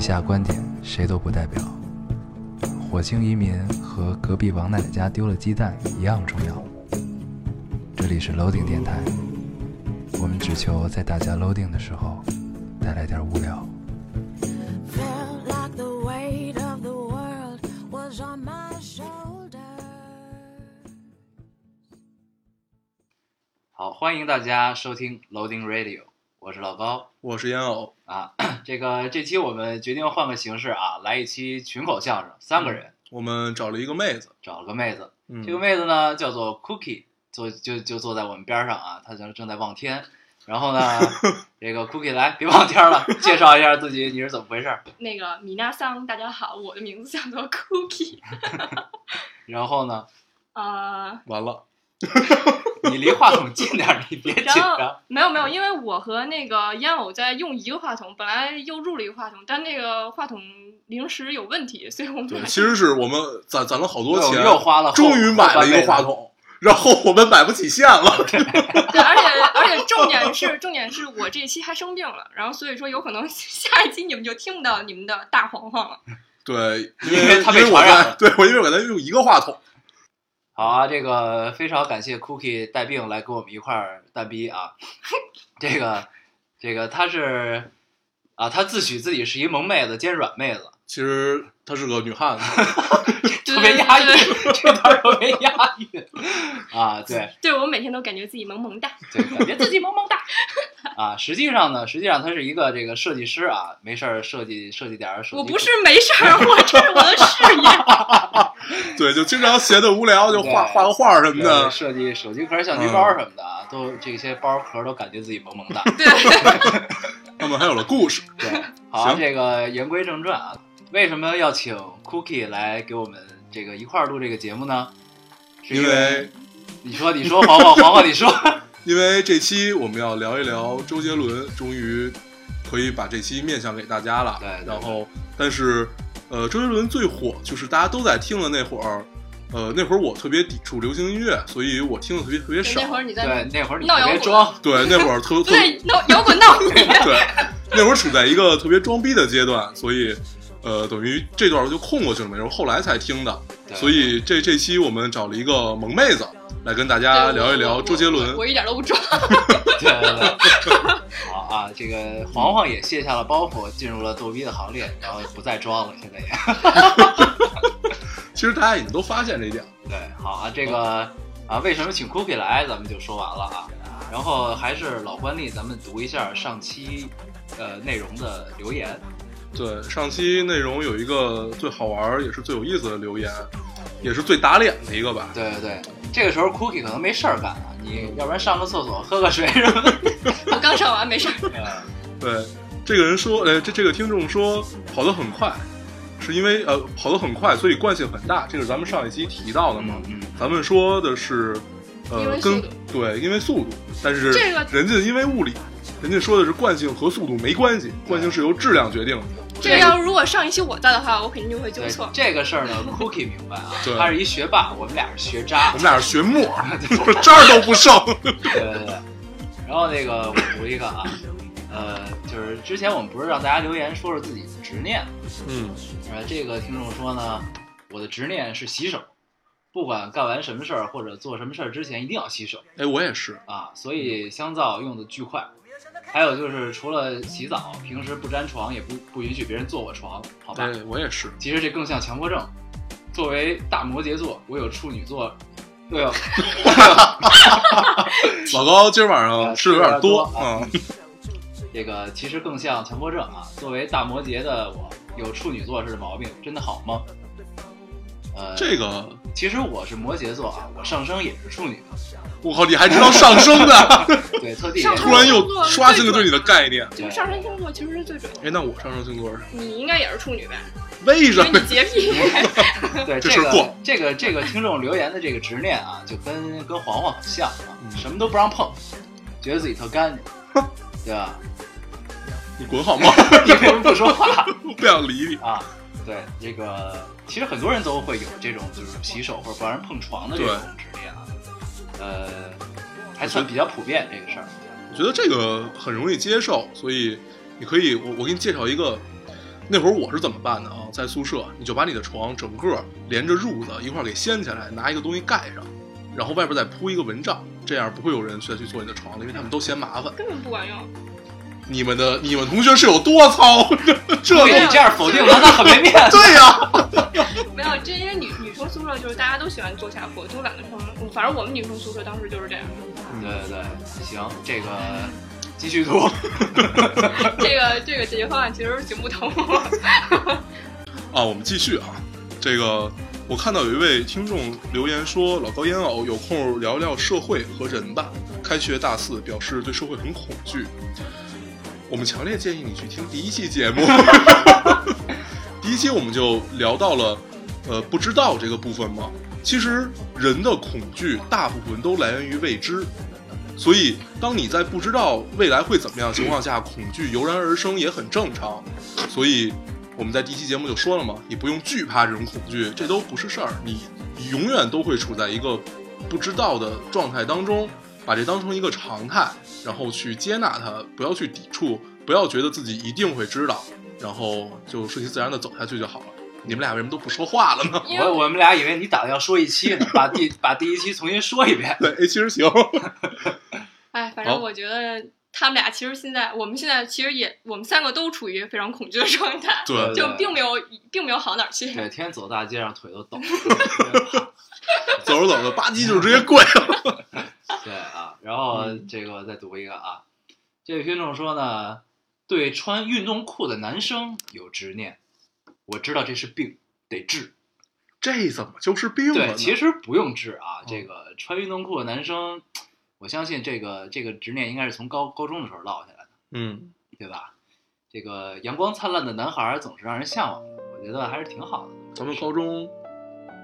下观点谁都不代表。火星移民和隔壁王奶奶家丢了鸡蛋一样重要。这里是 Loading 电台，我们只求在大家 Loading 的时候带来点无聊。 Felt like the weight of the world was on my shoulders. 好，欢迎大家收听 Loading Radio，我是老高我是烟偶，啊。这个这期我们决定换个形式啊，来一期群口相声，三个人我们找了一个妹子，找了个妹子，嗯，这个妹子呢叫做 Cookie，坐就就坐在我们边上啊，她正正在望天。然后呢， 这个 Cookie 来，别望天了，介绍一下自己，你是怎么回事？那个米娜桑，大家好，我的名字叫做 Cookie，然后呢，呃，嗯完了，你离话筒近点儿，你别紧然张后。没有没有，因为我和那个烟偶在用一个话筒，本来又入了一个话筒，但那个话筒临时有问题，所以我们对，俩其实是我们攒攒了好多对我钱们，又花了后，终于买了一个话后半辈子。筒，然后我们买不起线了，对，而且而且重点是重点是我这一期还生病了，然后所以说有可能 下一期你们就听不到你们的大黄黄了。对， 因因为为他被因为我传染了在，对我因为我在用一个话筒，好啊，这个非常感谢 Cookie 带病来跟我们一块儿蛋逼 啊，这个这个她是啊，她自诩自己是一萌妹子兼软妹子，其实她是个女汉子， 特别押韵， 这段儿特别押韵啊，对对我每天都感觉自己萌 萌哒，对，感 觉自己萌萌哒啊。实际上呢，实际上她是一个这个设计师啊，没事儿设计设计点儿手机壳。我不是没事儿，我这是我的事业。对，就经常闲的无聊就画对画个画什么对的，设计手机壳、相机包什么的啊，都这些包壳都感觉自己萌萌哒。 对，那么还有了故事，对，好，啊行这个言归正传啊，为什么要请 Cookie 来给我们这个一块儿录这个节目呢？是因为你说，你说，黄黄，黄黄，你 说，因为这期我们要聊一聊周杰伦，终于可以把这期面向给大家了。对对然后但是呃，周杰伦最火就是大家都在听的那会儿，呃，那会儿我特别抵触流行音乐，所以我听的特别特别少那。会儿你在对，那会儿你闹特别摇滚 装，对，那会儿特特对闹摇 滚闹你。 对，那会儿处在一个特别装逼的阶段，所以呃，等于这段我就空过去了嘛，然后后来才听的。对所以这这期我们找了一个萌妹子来跟大对家我哎聊一我聊周杰我伦我。一点都不装。对对对，好啊，这个黄黄也卸下了包袱，进入了逗逼的行列，然后不再装了，现在也其实大家已经都发现这一点了。对，好啊，这个啊，为什么请 Cookie 来，咱们就说完了啊。然后还是老惯例，咱们读一下上期呃内容的留言。对，上期内容有一个最好玩儿也是最有意思的留言，也是最打脸的一个吧。对对对，这个时候 Cookie 可能没事儿干啊，你要不然上个厕所喝个水嗯什么的。我刚上完，没事儿。对，这个人说，呃，这这个听众说跑得很快，是因为呃跑得很快，所以惯性很大，这是咱们上一期提到的嘛。嗯嗯咱们说的是，因呃为，速跟度对，因为速度，但是这个人家因为物理，人家说的是惯性和速度没关系，惯性是由质量决定的。这个要如果上一期我在的话，我肯定就会纠对错，。这个事儿呢，Cookie 明白啊对，他是一学霸，我们俩是学渣。我们俩是学墨，这儿 都不剩。对对对。然后那个我读一个啊，呃，就是之前我们不是让大家留言说说自己的执念吗嗯，呃，这个听众说呢，我的执念是洗手，不管干完什么事儿或者做什么事儿之前一定要洗手哎，我也是，啊，所嗯以香皂用的巨快。还有就是除了洗澡，平时不沾床，也不不允许别人坐我床，好吧？哎，我也是。其实这更像强迫症。作为大摩羯座，我有处女座，对哦有老高今儿晚上吃的有点多，啊嗯，这个其实更像强迫症啊。作为大摩羯的我，有处女座是的毛病，真的好吗？呃，这个其实我是摩羯座啊，我上升也是处女的，我靠，你还知道上升的， 对，特地上突然又刷新了对你的概念。就是上升星座其实是最准的。哎，啊那我上升星座是你应该也是处女呗，为因什为么你？洁 癖。 对这这事儿个过这个这个听众留言的这个执念啊，就跟跟黄黄很像啊，嗯什么都不让碰，觉得自己特干净，对吧？你滚好吗？ 你为什么不说话我不想理你。啊？对，这个其实很多人都会有这种就是洗手或者不让人碰床的这种执念啊，呃，还算比较普遍这个事儿。我觉得这个很容易接受，所以你可以，我我给你介绍一个那会儿我是怎么办的啊？在宿舍，你就把你的床整个连着褥子一块儿给掀起来，拿一个东西盖上，然后外边再铺一个蚊帐，这样不会有人再去坐你的床了，因为他们都嫌麻烦。根本不管用。你们的你们同学是有多糙？ 这对都你这样否定他，那很没面子。 对呀、没有，这因为女女生宿舍就是大家都喜欢坐下铺，都懒得床。反正我们女生宿舍当时就 是这样。对对对，行，这个继续读。这个这个解决方案其实行不通。 啊，我们继续啊，这个我看到有一位听众留言说，老高烟偶有空聊聊社会和人吧。开学大四，表示对社会很恐惧。我们强烈建议你去听第一期节目， 第一期我们就聊到了，呃，不知道这个部分嘛。其实人的恐惧大部分都来源于未知，所以当你在不知道未来会怎么样的情况下，恐惧油然而生也很正常。所以我们在第一期节目就说了嘛，你不用惧怕这种恐惧，这都不是事儿，你你永远都会处在一个不知道的状态当中，把这当成一个常态，然后去接纳它，不要去抵触，不要觉得自己一定会知道，然后就顺其自然的走下去就好了。你们俩为什么都不说话了呢？ 因为我我们俩以为你打算要说一期呢，把第把第一期重新说一遍。对，哎，其实行，哎，反好正我觉得他们俩其实现在，我们现在其实也，我们三个都处于非常恐惧的状态，对 对就并没有并没有好哪儿去。每天走大街上腿都抖。 走着走着吧唧就直接跪了。 对啊，然后嗯这个再读一个啊，这位听众说呢，对穿运动裤的男生有执念，我知道这是病，得治。这怎么就是病了对，呢？其实不用治啊，嗯这个穿运动裤的男生，我相信这个这个执念应该是从高高中的时候落下来的，嗯，对吧？这个阳光灿烂的男孩总是让人向往，我觉得还是挺好的。咱们高中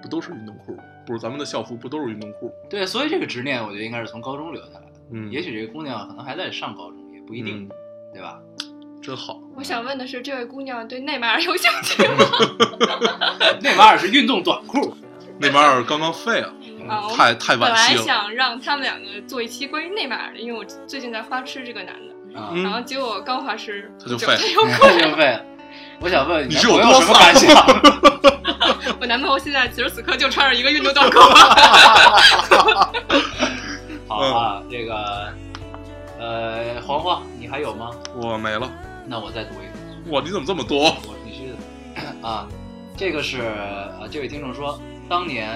不都是运动裤吗？不是，咱们的校服不都是运动裤？对，所以这个执念我觉得应该是从高中留下来的。嗯，也许这个姑娘可能还在上高中，也不一定，对吧？ 嗯真好。我想问的是，这位姑娘对内马尔有兴 趣吗？那玩意儿是运动短裤。内马尔刚刚废了，啊，我嗯太太本惋来惜了。想让他们两个做一期关于内马尔的，因为我最近在花痴这个男的，啊，嗯然后结果刚花痴他就就废他我 明白了。我想问你男是有朋友多什么丧感 想？又 我男朋友现在此时此刻就穿着一个运动短裤。好啊，嗯这个，呃，黄黄，你还有吗？我没了，那我再读一个，哇，你怎么这么多？啊我必须的啊。这个是呃，这位听众说，当年，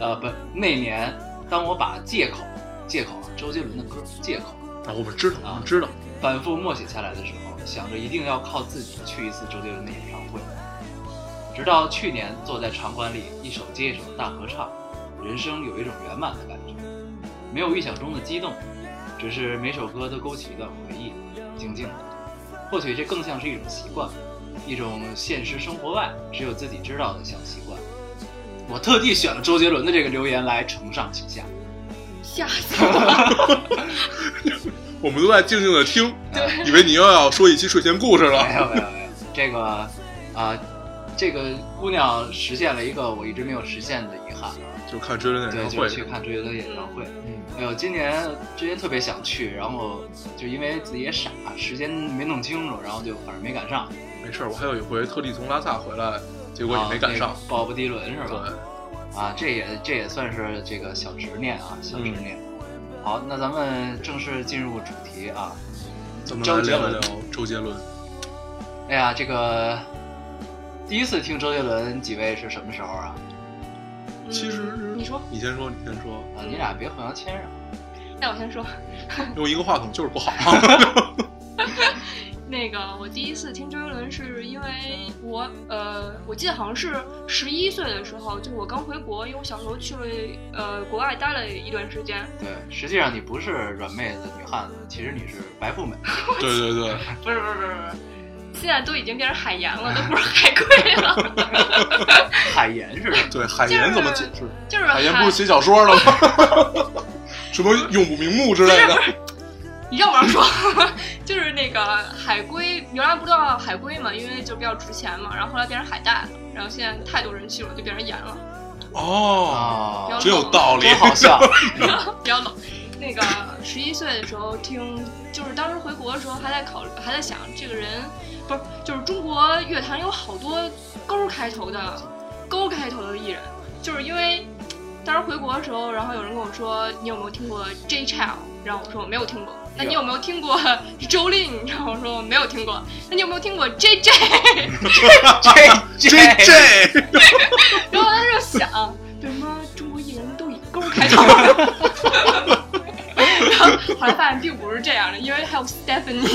呃，不，那年，当我把《借口》《借口》啊，周杰伦的歌《借口》啊，我们知道，啊我们知道，反复默写下来的时候，想着一定要靠自己去一次周杰伦的演唱会。直到去年坐在场馆里，一首接一首的大合唱，人生有一种圆满的感觉，没有预想中的激动，只是每首歌都勾起一段回忆，静静的。或许这更像是一种习惯，一种现实生活外只有自己知道的小习惯。我特地选了周杰伦的这个留言来承上启下。吓死我！了！我们都在静静的听，以为你又要说一期睡前故事 没了。有没有没有，这个啊、这个姑娘实现了一个我一直没有实现的遗憾，就看追人对，演唱就是去会，看周杰伦演唱会。嗯，哎呦，今年之前特别想去，然后就因为自己也傻，时间没弄清楚，然后就反正没赶上。没事儿，我还有一回特地从拉萨回来，结果也没赶上啊。那个鲍勃迪伦是吧？对，啊，这也这也算是这个小执念啊，小执嗯念。好，那咱们正式进入主题啊。咱们周来杰聊伦一聊周杰伦。哎呀，这个第一次听周杰伦，几位是什么时候啊？ 其实嗯你说，你先说，你先说， 啊，你俩别互相谦让。那我先说，用一个话筒就是 不好。那个，我第一次听周杰伦是因为我，呃，我记得好像是十一岁的时候，就是我刚回国，因为我小时候去了呃国外待了一段时间，对，实际上你不是软妹子、女汉子，其实你是白富美。对对对， 不是不是不是不是，现在都已经变成海盐了，都不是海龟了，海岩是什么？对海岩怎么解释？就是海岩不是写小说了吗？ 什么永不瞑目之类的？你让我让说， 就是那个海龟，原来不知道海龟嘛，因为就比较值钱嘛，然后后来变成海带了，然后现在太多人去了，就变成盐了。哦，哦，真有道理 真。好笑。比较冷。那个十一岁的时候听就是当时回国的时候还在考虑，还在想这个人不是，就是中国乐坛有好多勾开头的勾开头的艺人，就是因为当时回国的时候，然后有人跟我说你有没有听过 J Child，然后我说我没有听过。那你有没有听过 Jolin？然后我说我没有听过。那你有没有听过 J J？ 这 J 这 J，然后他就想，为什么中国艺人都以勾开头？ 然后后来发现并不是这样的，因为还有 Stephanie、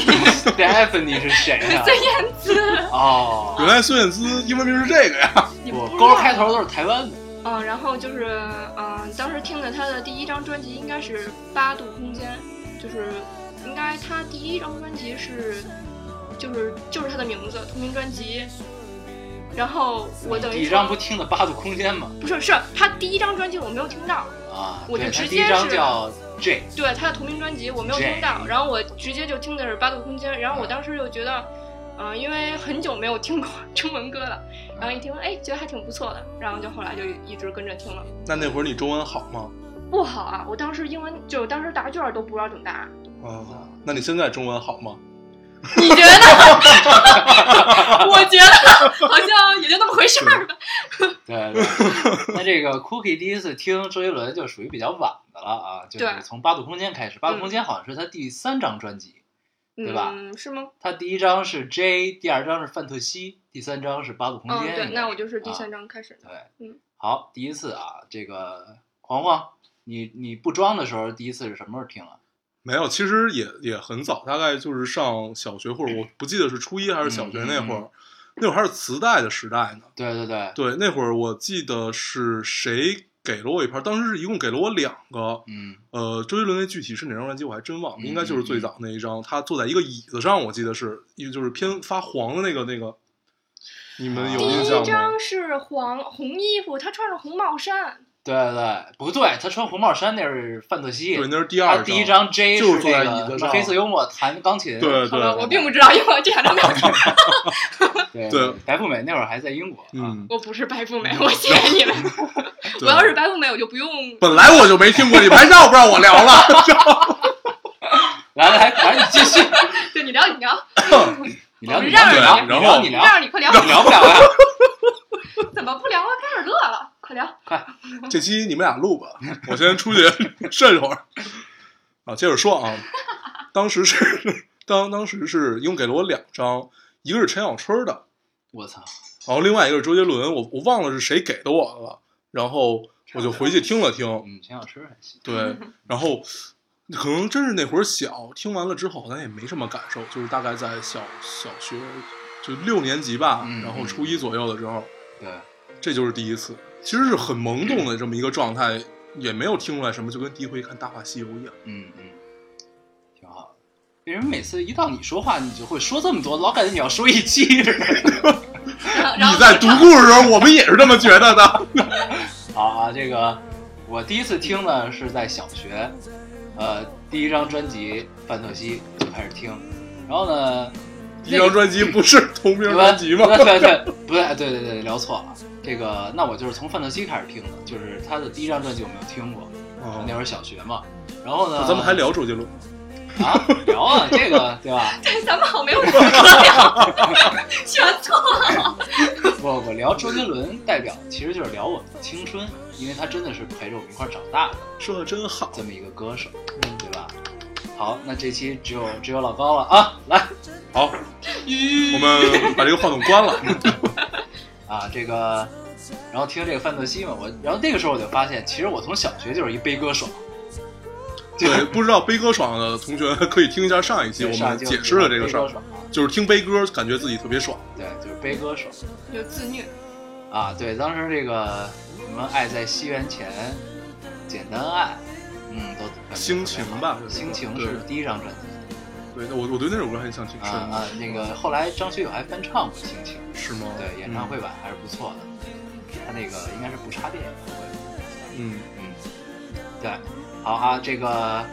Stephanie 是谁呀、孙燕姿，哦， 原来孙燕姿英文名是这个呀？你不我知道勾开头都是台湾的。嗯，然后就是嗯、当时听的他的第一张专辑应该是《八度空间》，就是应该他第一张专辑是，就是就是他的名字同名专辑。然后我等第于一说张不听的《八度空间》吗？不是是他第一张专辑我没有听到，啊，我就对，他直第接一张是叫 J，对他的同名专辑我没有听到，然后我直接就听的是《八度空间》，然后我当时就觉得，嗯、因为很久没有听过 中文歌了，然后一听哎觉得还挺不错的，然后就后来就一直跟着听了。那那会儿你中文好吗？不好啊！我当时英文就当时答卷儿都不知道怎么答， 啊，嗯那你现在中文好吗？你觉得？ 我觉得好像也就那么回事儿吧。对 对。那这个 Cookie 第一次听周杰伦就属于比较晚的了啊，就是对从《八度空间》开始，《八度空间》好像是他第三张专辑，对吧嗯，是吗？他第一张是 J，第二张是范特西，第三张是《八度空嗯，间》对，那我就是啊第三章开始。对嗯，好，第一次啊，这个黄黄，你你不装的时候，第一次是什么时候听啊？没有，其实也也很早，大概就是上小学或者我不记得是初一还是小嗯学那会儿，那会儿还是磁带的时代呢。对对对，对，那会儿我记得是谁给了我一盘，当时是一共给了我两个。嗯呃，周杰伦那具体是哪张专辑我还真忘了，嗯应该就是最早那一张，他坐在一个椅子上，我记得是，一就是偏发黄的那个那个，你们有第印一象吗？章是黄红衣服，他穿着红帽衫，对对对，不对，他穿红帽衫那是范特西，对，那是第他二张。啊第一张 J 就是是坐在那椅个子上黑色幽默弹钢琴，对好吧，对，我并不知道，因为我这两张没有看。啊对对白富美那会儿还在英国，啊，嗯，我不是白富美，我谢 谢你们。我要是白富美，我就不用。本来我就没听过，你们还让不让我聊了？来来来，你继续，对你聊，你聊， 你聊我你们聊让你聊，你聊然着聊后你聊，让你快聊，你聊不了啊呀，怎么不聊啊？开始乐了，快聊。 这期你们俩录吧，我先出去渗会 儿。啊，接着说啊，当时是 当当时是一共给了我两张，一个是陈小春的，我操，然后另外一个是周杰伦，我我忘了是谁给的我了，然后我就回去听了听，嗯，陈小春还行，哦对， 然后可能真是那会儿小，听完了之后好像也没什么感受，就是大概在小小学就六年级吧嗯，然后初一左右的时候，对，这就是第一次，其实是很懵懂的这么一个状态，也没有听出来什么，就跟第一回看《大话西游》一样。嗯嗯，挺好的。为什么每次一到你说话，你就会说这么多，老感觉你要说一期似的？然后然后你在读故事的时候，我们也是这么觉 得的。 好啊，这个我第一次听呢是在小学，呃，第一张专辑《范特西》就开始听，然后呢，一张专辑不是同名对吧专辑吗？对对对，不对，对对对，聊错了。这个，那我就是从范特西开始听的，就是他的第一张专辑我没有听过，啊那会儿小学嘛。然后呢，咱们还聊周杰伦，啊聊啊，这个对吧？对，咱们好没有可聊，全错 了。我我聊周杰伦代表其实就是聊我们的青春，因为他真的是陪着我们一块儿长大的说的真好。这么一个歌手，嗯对吧？好，那这期只有只有老高了啊，来好，我们把这个话筒关了。 啊这个，然后听这个范特西嘛，我然后那个时候我就发现，其实我从小学就是一悲歌爽。对，不知道悲歌爽的同学可以听一下上一期，我上们一期解释了这个事悲儿歌，爽啊就是听悲歌感觉自己特别爽。对，就是悲歌爽。就自虐，啊，对，当时这个什么《爱在西元前》《简单爱》，嗯，都感觉心情吧特别好这首歌心情对是第一张专辑对，那我我对那首歌还印象挺啊深的，啊，那个后来张学友还翻唱过《心情是吗》，？嗯对，演唱会版还是不错的，他那个应该是不插电演唱会，嗯，嗯，对，好啊，这个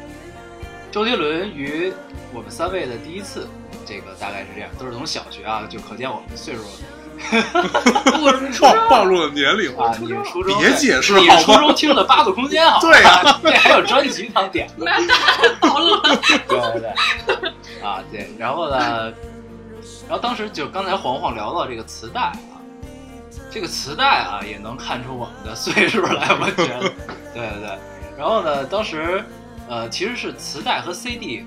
周杰伦与我们三位的第一次，这个大概是这样，都是从小学啊，就可见我们岁数我 是初暴中，暴露了年龄啊，初你中初中别解释你初好吗？中听的八度空间好，对啊 呀，这还有专辑当点 子，那太好了。对对对，啊对，然后呢，然后当时就刚才黄黄聊到这个磁带啊，这个磁带啊也能看出我们的岁数来，我觉得，对对对，然后呢，当时呃其实是磁带和 CD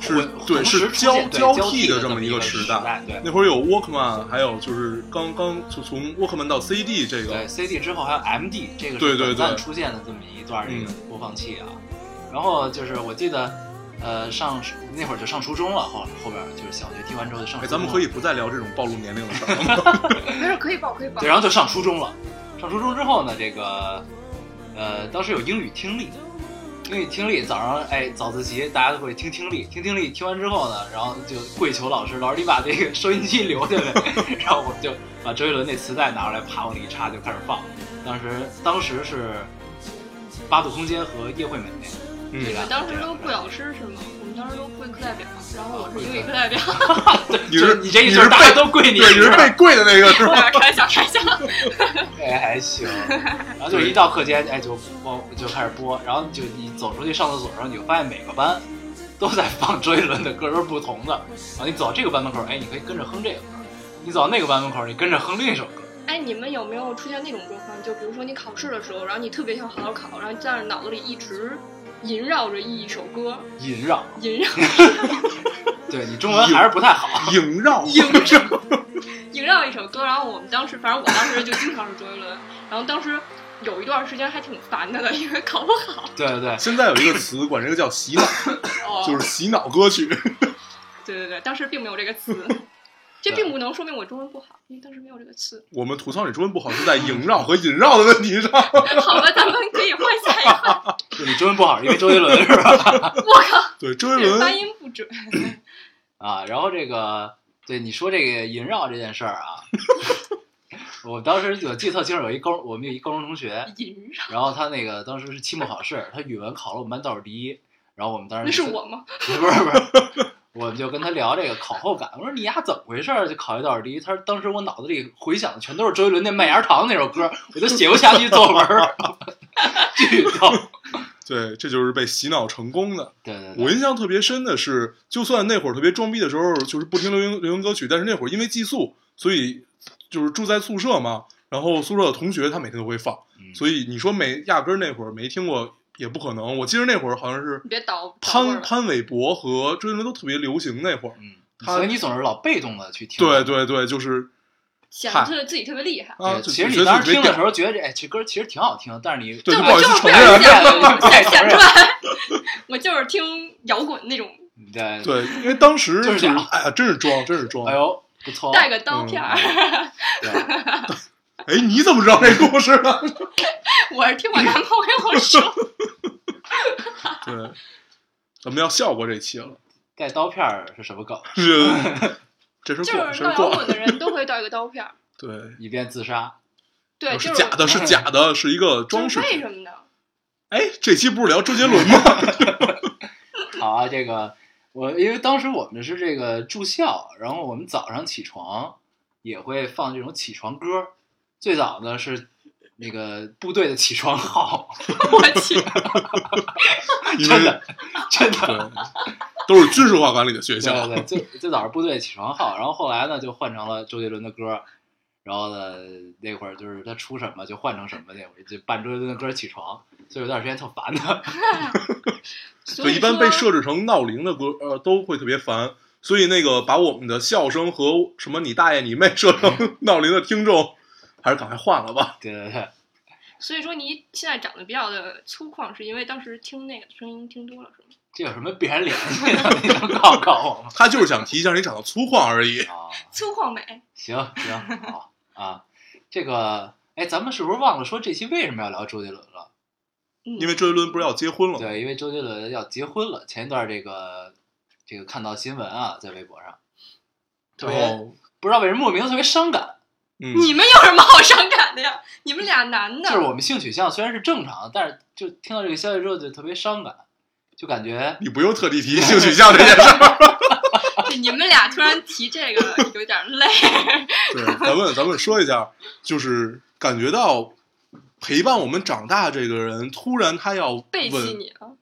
是混对同是时出现对交交替的的这么么一个个时时代对。那会儿有 Walkman，还有就是刚刚就从 Walkman 到 CD 这对个， ，CD 之后还有 MD，这个对是对嗯短暂对出现的这么一段这个播放器啊。然后就是我记得，呃，上那会儿就上初中了，后后边就是小学听完之后就上初中了。哎，咱们可以不再聊这种暴露年龄的事儿了吗。没事，可以报，可以报对，。啊然后就上初中了。上初中之后呢，这个呃，当时有英语听力，英语听力早上哎早自习大家都会听听力，听听力听完之后呢，然后就跪求老师，老师你把这个收音机留下来， 然后我就把周杰伦那磁带拿出来，啪往里一插就开始放。当时当时是八度空间和叶惠美，嗯这我俩当时这都俩不老师是吗？我们当时都跪课代表，然后我是英语课代表。你就是是你这一你阵是大家被都跪你，对，你是是吧被跪的那个是开吗？玩笑，开玩笑。哎，还行。然后就是一到课间，哎，就播就开始播，然后就你走出去上厕所的时候，你就发现每个班都在放周杰伦的歌，都是不同的。然后你走到这个班门口，哎，你可以跟着哼这个歌；你走到那个班门口，你跟着哼另一首歌。哎，你们有没有出现那种状况？就比如说你考试的时候，然后你特别想好好考，然后但是脑子里一直萦绕着一首歌，萦绕，萦绕对你中文还是不太好。 萦绕，萦绕萦绕一首歌。然后我们当时，反正我当时就经常是周杰伦。然后当时有一段时间还挺烦他的，因为考不好。对对对，现在有一个词管这个叫洗脑，哦，就是洗脑歌曲。对对对，当时并没有这 个词。这并不能说明我中文不好，因为当时没有这个词。我们吐槽你中文不好是在萦绕和引绕的问题上。 好吧，咱们可以换下一个。就你中文不好，因为周杰伦是吧？对，周杰发伦音不准。啊，然后这个对你说这个萦绕这件事儿啊， 我当时我记得特清楚，有一高，我们有一高中同学，萦绕，然后他那个当时是期末考试，他语文考了我们班倒数第一，然后我们当时那是就我吗？ 不是不是不是，我们就跟他聊这个考后感。我说你丫怎么回事儿？就考一倒数第一。他说当时我脑子里回想的全都是周杰伦那《麦芽糖》那首歌，我都写不下去作文儿， 巨逗。对，这就是被洗脑成功的。对对我对，印象特别深的是，就算那会儿特别装逼的时候，就是不听流行流行歌曲，但是那会儿因为寄宿，所以就是住在宿舍嘛，然后宿舍的同学他每天都会放，嗯所以你说没压根儿那会儿没听过也不可能。我记得那会儿好像是你 别捣捣味儿潘了。潘玮柏和周杰伦都特别流行那会儿。嗯，他所以你总是老被动的去听。对对对，就是显得特自己特别厉害。对啊，就其实觉你得当时自己听的被时候觉得这哎这歌其实挺好听的，但是你对但不好我意就思是承不认想显对不好 意思承显认出来，我就是听摇滚那种对，对，因为当时就是这样哎呀，真是装，真是装。哎呦不错，哦带个刀片儿。嗯对哎，你怎么知道这故事啊 呢？ 我是听我男朋 友说，对，咱们要笑过这期了，带刀片儿是什么梗？是，这是就过，这是是闹摇过滚，的人都会带一个刀片儿。对，哦以便自杀。对，是就是假的，是假的，是一个装就是饰为品。什 么呢？哎，这期不是聊周杰伦 吗？ 好啊，这个我因为当时我们是这个住校，然后我们早上起床也会放这种起床歌儿。最早呢是那个部队的起床号，我去，因 为真的真对的，，都是军事化管理的 学对校。对，最最早是部队的起床号，然后后来呢就换成了周杰伦的歌儿。然后呢，那会儿就是他出什么就换成什么，那会儿就伴周杰伦的歌儿起床，所以有段时间特烦他。所就以一般被说设置成闹铃的歌，呃，都会特别烦。所以那个把我们的笑声和什么你大爷你妹设 成闹铃的听众，还是赶快换了吧。 对对对，所以说你现在长得比较的粗犷，是因为当时听那个声音听多了，是吗？这有什么必然联系呢？ 你能告告我吗？ 他就是想提一下你长得粗犷而已。啊。粗犷美，行行好啊，这个哎，咱们是不是忘了说这期为什么要聊周杰伦了？嗯因为周杰伦不是要结婚了吗？对，因为周杰伦要结婚了。前一段这个这个看到新闻啊，在微博上，特别、然后，不知道为什么莫名特别伤感。嗯，你们有什么好伤感的呀？你们俩男的，就是我们性取向虽然是正常的，但是就听到这个消息之后就特别伤感，就感觉你不用特地提性取向这件事儿。对你们俩突然提这个 有点累。对，咱们咱们说一下，就是感觉到陪伴我们长大这个人，突然他要背弃稳你 了，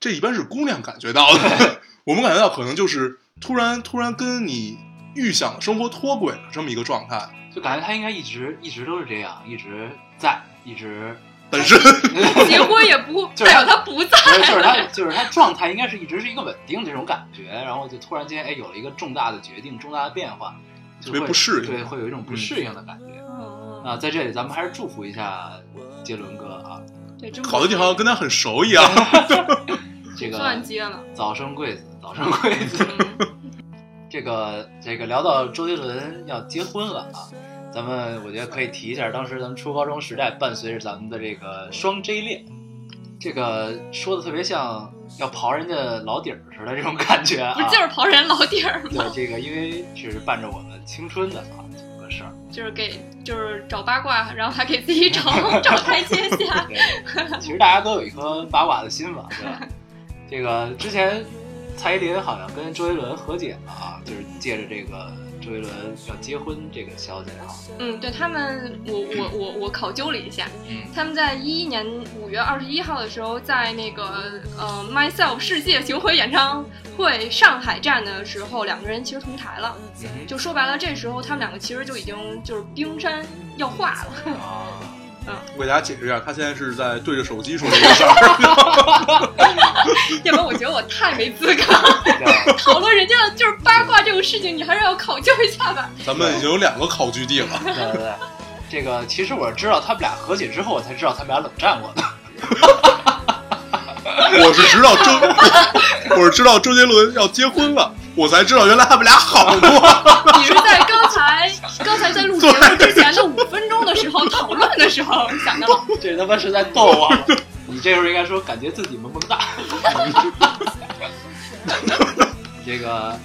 这一般是姑娘感觉到的， 我们感觉到可能就是突然突然跟你预想的生活脱轨了这么一个状态，就感觉他应该一直一直都是这样，一直在，一直本 身结婚也不就是代表他不在不是就是他就是他状态应该是一直是一个稳定的这种感觉，然后就突然间哎有了一个重大的决定，重大的变化，就特别会不适应对，会有一种不适应的感觉。嗯。啊，在这里咱们还是祝福一下杰伦哥啊，对，真好多地方跟他很熟一样。这不个算接了。早生贵子，早生贵子。 嗯这个这个聊到周杰伦要结婚了啊，咱们我觉得可以提一下，当时咱们初高中时代伴随着咱们的这个双 J 恋，这个说的特别像要刨人家老底儿似的这种感觉啊。不是就是刨人老底 儿吗？对这个，因为是伴着我们青春的啊，这么个事儿。就是给就是找八卦，然后还给自 己找找台阶下。对，其实大家都有一颗八卦的心嘛，对吧？这个之前蔡依林好像跟周杰伦和解了啊，就是借着这个周杰伦要结婚这个消息啊，嗯，对他们，我我我我考究了一下，嗯，他们在一一年五月二十一号的时候，在那个呃 Myself 世界巡回演唱会上海站的时候，两个人其实同台了。嗯就说白了，这时候他们两个其实就已经就是冰山要化了。 哼啊，我给大家解释一下，他现在是在对着手机说这个事儿，要不然我觉得我太没资格 对啊讨论人家的就是八卦这种事情，你还是要考究一下吧。咱们已经有两个考据地了。对对对。这个其实我知道他们俩和解之后，我才知道他们俩冷战过的。我是知道周，我是知道周杰伦要结婚了，我才知道原来他们俩好过。你是在刚才刚才在录节目之前的五分钟的时候讨论的时候想到了， 这他妈是在逗我吗？你这时候应该说感觉自己萌萌哒。这个，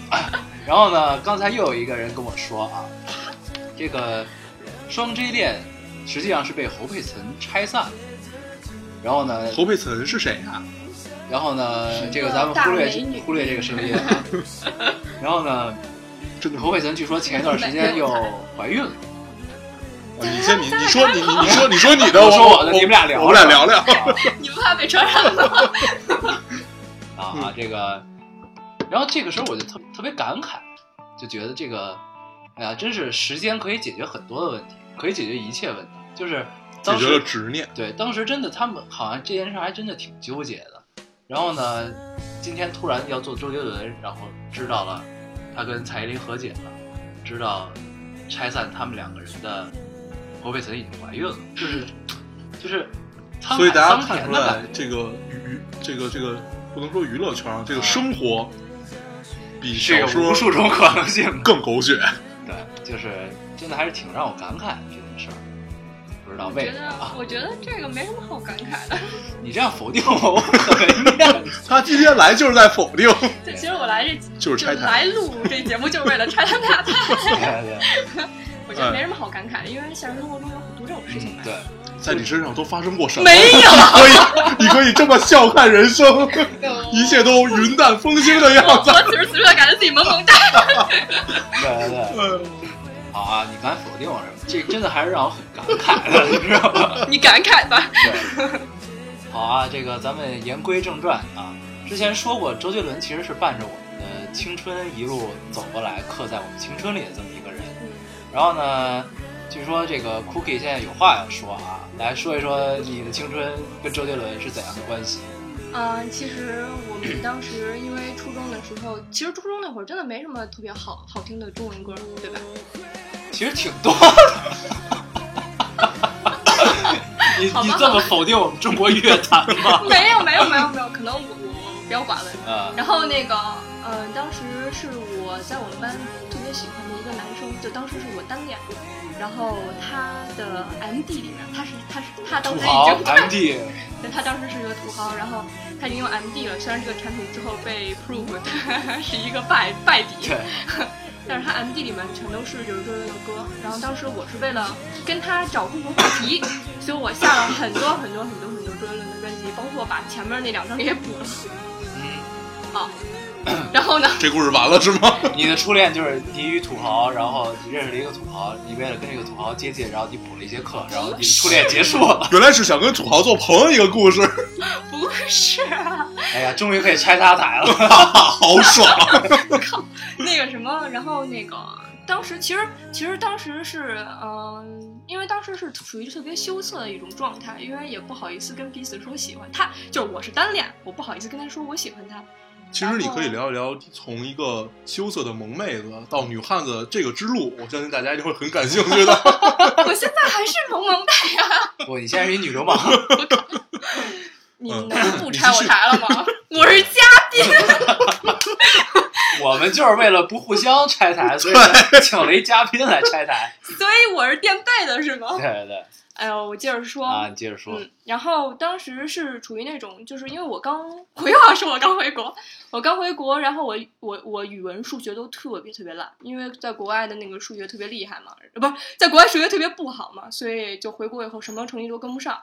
然后呢，刚才又有一个人跟我说啊，这个双 J 恋实际上是被侯佩岑拆散了。然后呢，侯佩岑是谁啊呀、然后是呢，一这个个咱们大忽略美女忽略这个声音啊。然后呢，真的侯佩岑据说前一段时间又怀孕了。哦你先你你说你你你说你 说你的，我说我我的你们俩聊我们俩聊聊。你不怕被传染吗？啊，嗯这个，然后这个时候我就特特别感慨，就觉得这个，哎呀，真是时间可以解决很多的问题，可以解决一切问题。就是解当决了时执念，对当时真的他们好像这件事还真的挺纠结的。然后呢，今天突然要做周杰伦，然后知道了他跟蔡依林和解了，知道拆散他们两个人的侯佩岑已经怀孕了，就是就是沧海桑田的感觉，所以大家看出来这个娱这个这个不能说娱乐圈啊，这个生活比是小有无说数种可能性的。更狗血。对，就是真的还是挺让我感慨的这件事儿，不知道我为觉什么得啊？我觉得这个没什么好感 慨的。你这样否定我，我很没面子。他今天来就是在否定，对，其实我来这就是拆就台。来录这节目就是为了拆他们俩 台， 对对我觉得嗯没什么好感慨的，因为现实生活中有很多这种事情嘛。对，在你身上都发生过什么？没 有，你可以，你可以这么笑看人生，一切都云淡风轻的我样 子。我此时此刻感觉自己萌萌哒。对对对，嗯好啊！你刚才否定我什么？这真的还是让我很感慨的，你知道吗？ 你感慨吧，对，好啊，这个咱们言归正传啊。之前说过，周杰伦其实是伴着我们的青春一路走过来，刻在我们青春里的这么一个人。然后呢，据说这个 Cookie 现在有话要说啊，来说一说你的青春跟周杰伦是怎样的关系？嗯，其实我们当时因为初中的时候，其实初中那会儿真的没什么特别好好听的中文歌，对吧？其实挺多的。 你好吧你这么否定我们中国乐坛 吗？没有没有没有没有，可能我我我比较寡了。啊，然后那个，呃，当时是我在我们班特别喜欢的一个男生，就当时是我单恋，然后他的 M D 里面，他是他是他当土时已豪经 MD，对，他当时是一个土豪，然后他已经用 M D 了，虽然这个产品之后被 Prove 是一个败败笔对，， 但是他 M D 里面全都是就是周杰伦的歌，然后当时我是为了跟他找共同话题，所以我下了很多很多很多很多周杰伦的专辑，包括把前面那两张也补了。嗯，哦然后呢，这故事完了是吗？你的初恋就是你与土豪，然后你认识了一个土豪，你为了跟这个土豪接近，然后你补了一节课，然后你的初恋结束 了。原来是想跟土豪做朋友一个故事，不是啊哎呀，终于可以拆搭台了。好爽！啊那个什么，然后那个当时其实其实当时是嗯、因为当时是处于特别羞涩的一种状态，因为也不好意思跟彼此说喜欢他，就是我是单恋，我不好意思跟他说我喜欢他。其实你可以聊一聊从一个羞涩的萌妹子到女汉子这个之路，我相信大家一定会很感兴趣 的。我现在还是萌萌哒，不，你现在是一女流氓。你嗯能不拆我台了吗？ 我是嘉宾，我们就是为了不互相拆台，所以呢请了一嘉宾来拆 台。所以我是垫背的是吗 对？对对，哎呦，我接着说啊，你接着说。嗯，然后当时是处于那种，就是因为我刚，我又要说我刚回国，我刚回国，然后我我我语文、数学都特别特别烂，因为在国外的那个数学特别厉害嘛，呃不是在国外数学特别不好嘛，所以就回国以后什么成绩都跟不上。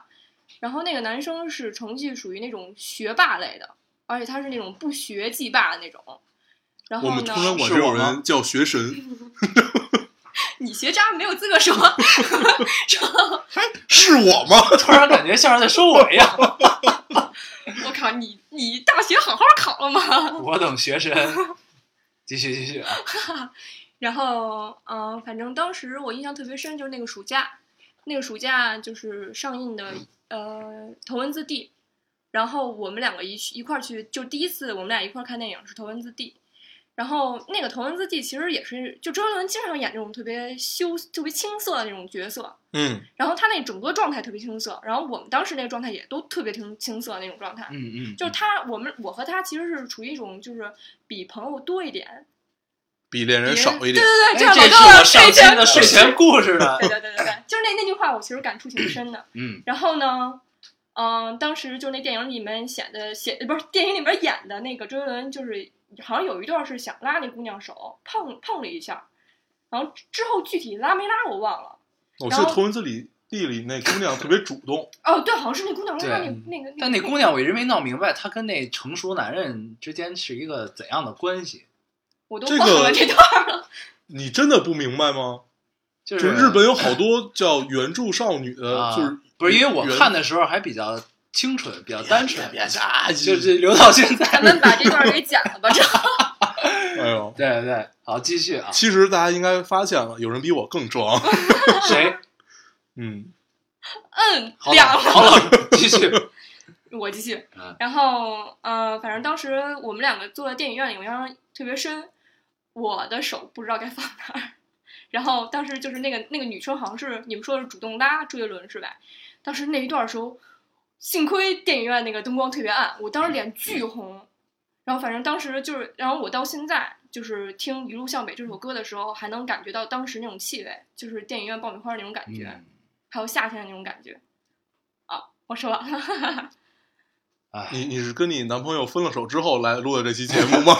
然后那个男生是成绩属于那种学霸类的，而且他是那种不学即霸的那种。然我后们呢通，常管是这种我吗人叫学神，你学渣没有资格说。 是我吗？ 突然感觉像是在说我一样。我靠，你你大学好好考了吗？ 我等学 神，继续继续啊！然后，嗯、反正当时我印象特别深，就是那个暑假，那个暑假就是上映的呃《头文字 D》，然后我们两个一去一块儿去，就第一次我们俩一块儿看电影是《头文字 D》，然后那个《头文字 D》其实也是就周杰伦经常演这种特别羞、特别青涩的那种角色，嗯，然后他那整个状态特别青涩，然后我们当时那个状态也都特别青青涩那种状态，嗯嗯，就是他我们我和他其实是处于一种就是比朋友多一点，比恋人别少一点。对哎对这对，样是我上睡期前的睡前故事呢。 对对对对对，就是那那句话，我其实感触挺深的。嗯，然后呢，嗯、当时就那电影里面显的写，不是电影里面演的那个周杰伦，就是好像有一段是想拉那姑娘手，碰碰了一下，然后之后具体拉没拉我忘了。我记然得《后头文字 D》里那姑娘特别主动，哦，对，好像是那姑娘拉那对那个，但那姑娘我一直没闹明白，她跟那成熟男人之间是一个怎样的关系？我都这忘了个这段儿了。你真的不明白吗？就就是是日本有好多叫原著少女的，啊就是不是因为我原看的时候还比较清纯，比较单哎纯，别瞎，就是留到现咱在。 们把这段儿给剪了吧，这样哎呦。对对对，好，继续啊。其实大家应该发现了，有人比我更 装。谁？嗯，嗯好凉老了。师，好老师，继续。我继续嗯，然后呃，反正当时我们两个坐在电影院里，我印象特别深，我的手不知道该放哪儿。 然后当时就是那个那个女生好像是你们说是主动拉周杰伦是吧？当时那一段的时候，幸亏电影院那个灯光特别暗，我当时脸巨红。然后反正当时就是，然后我到现在就是听《一路向北》这首歌的时候，还能感觉到当时那种气味，就是电影院爆米花那种感觉。嗯还有夏天的那种感觉。啊，我说完了，哎，你你是跟你男朋友分了手之后来录的这期节目 吗？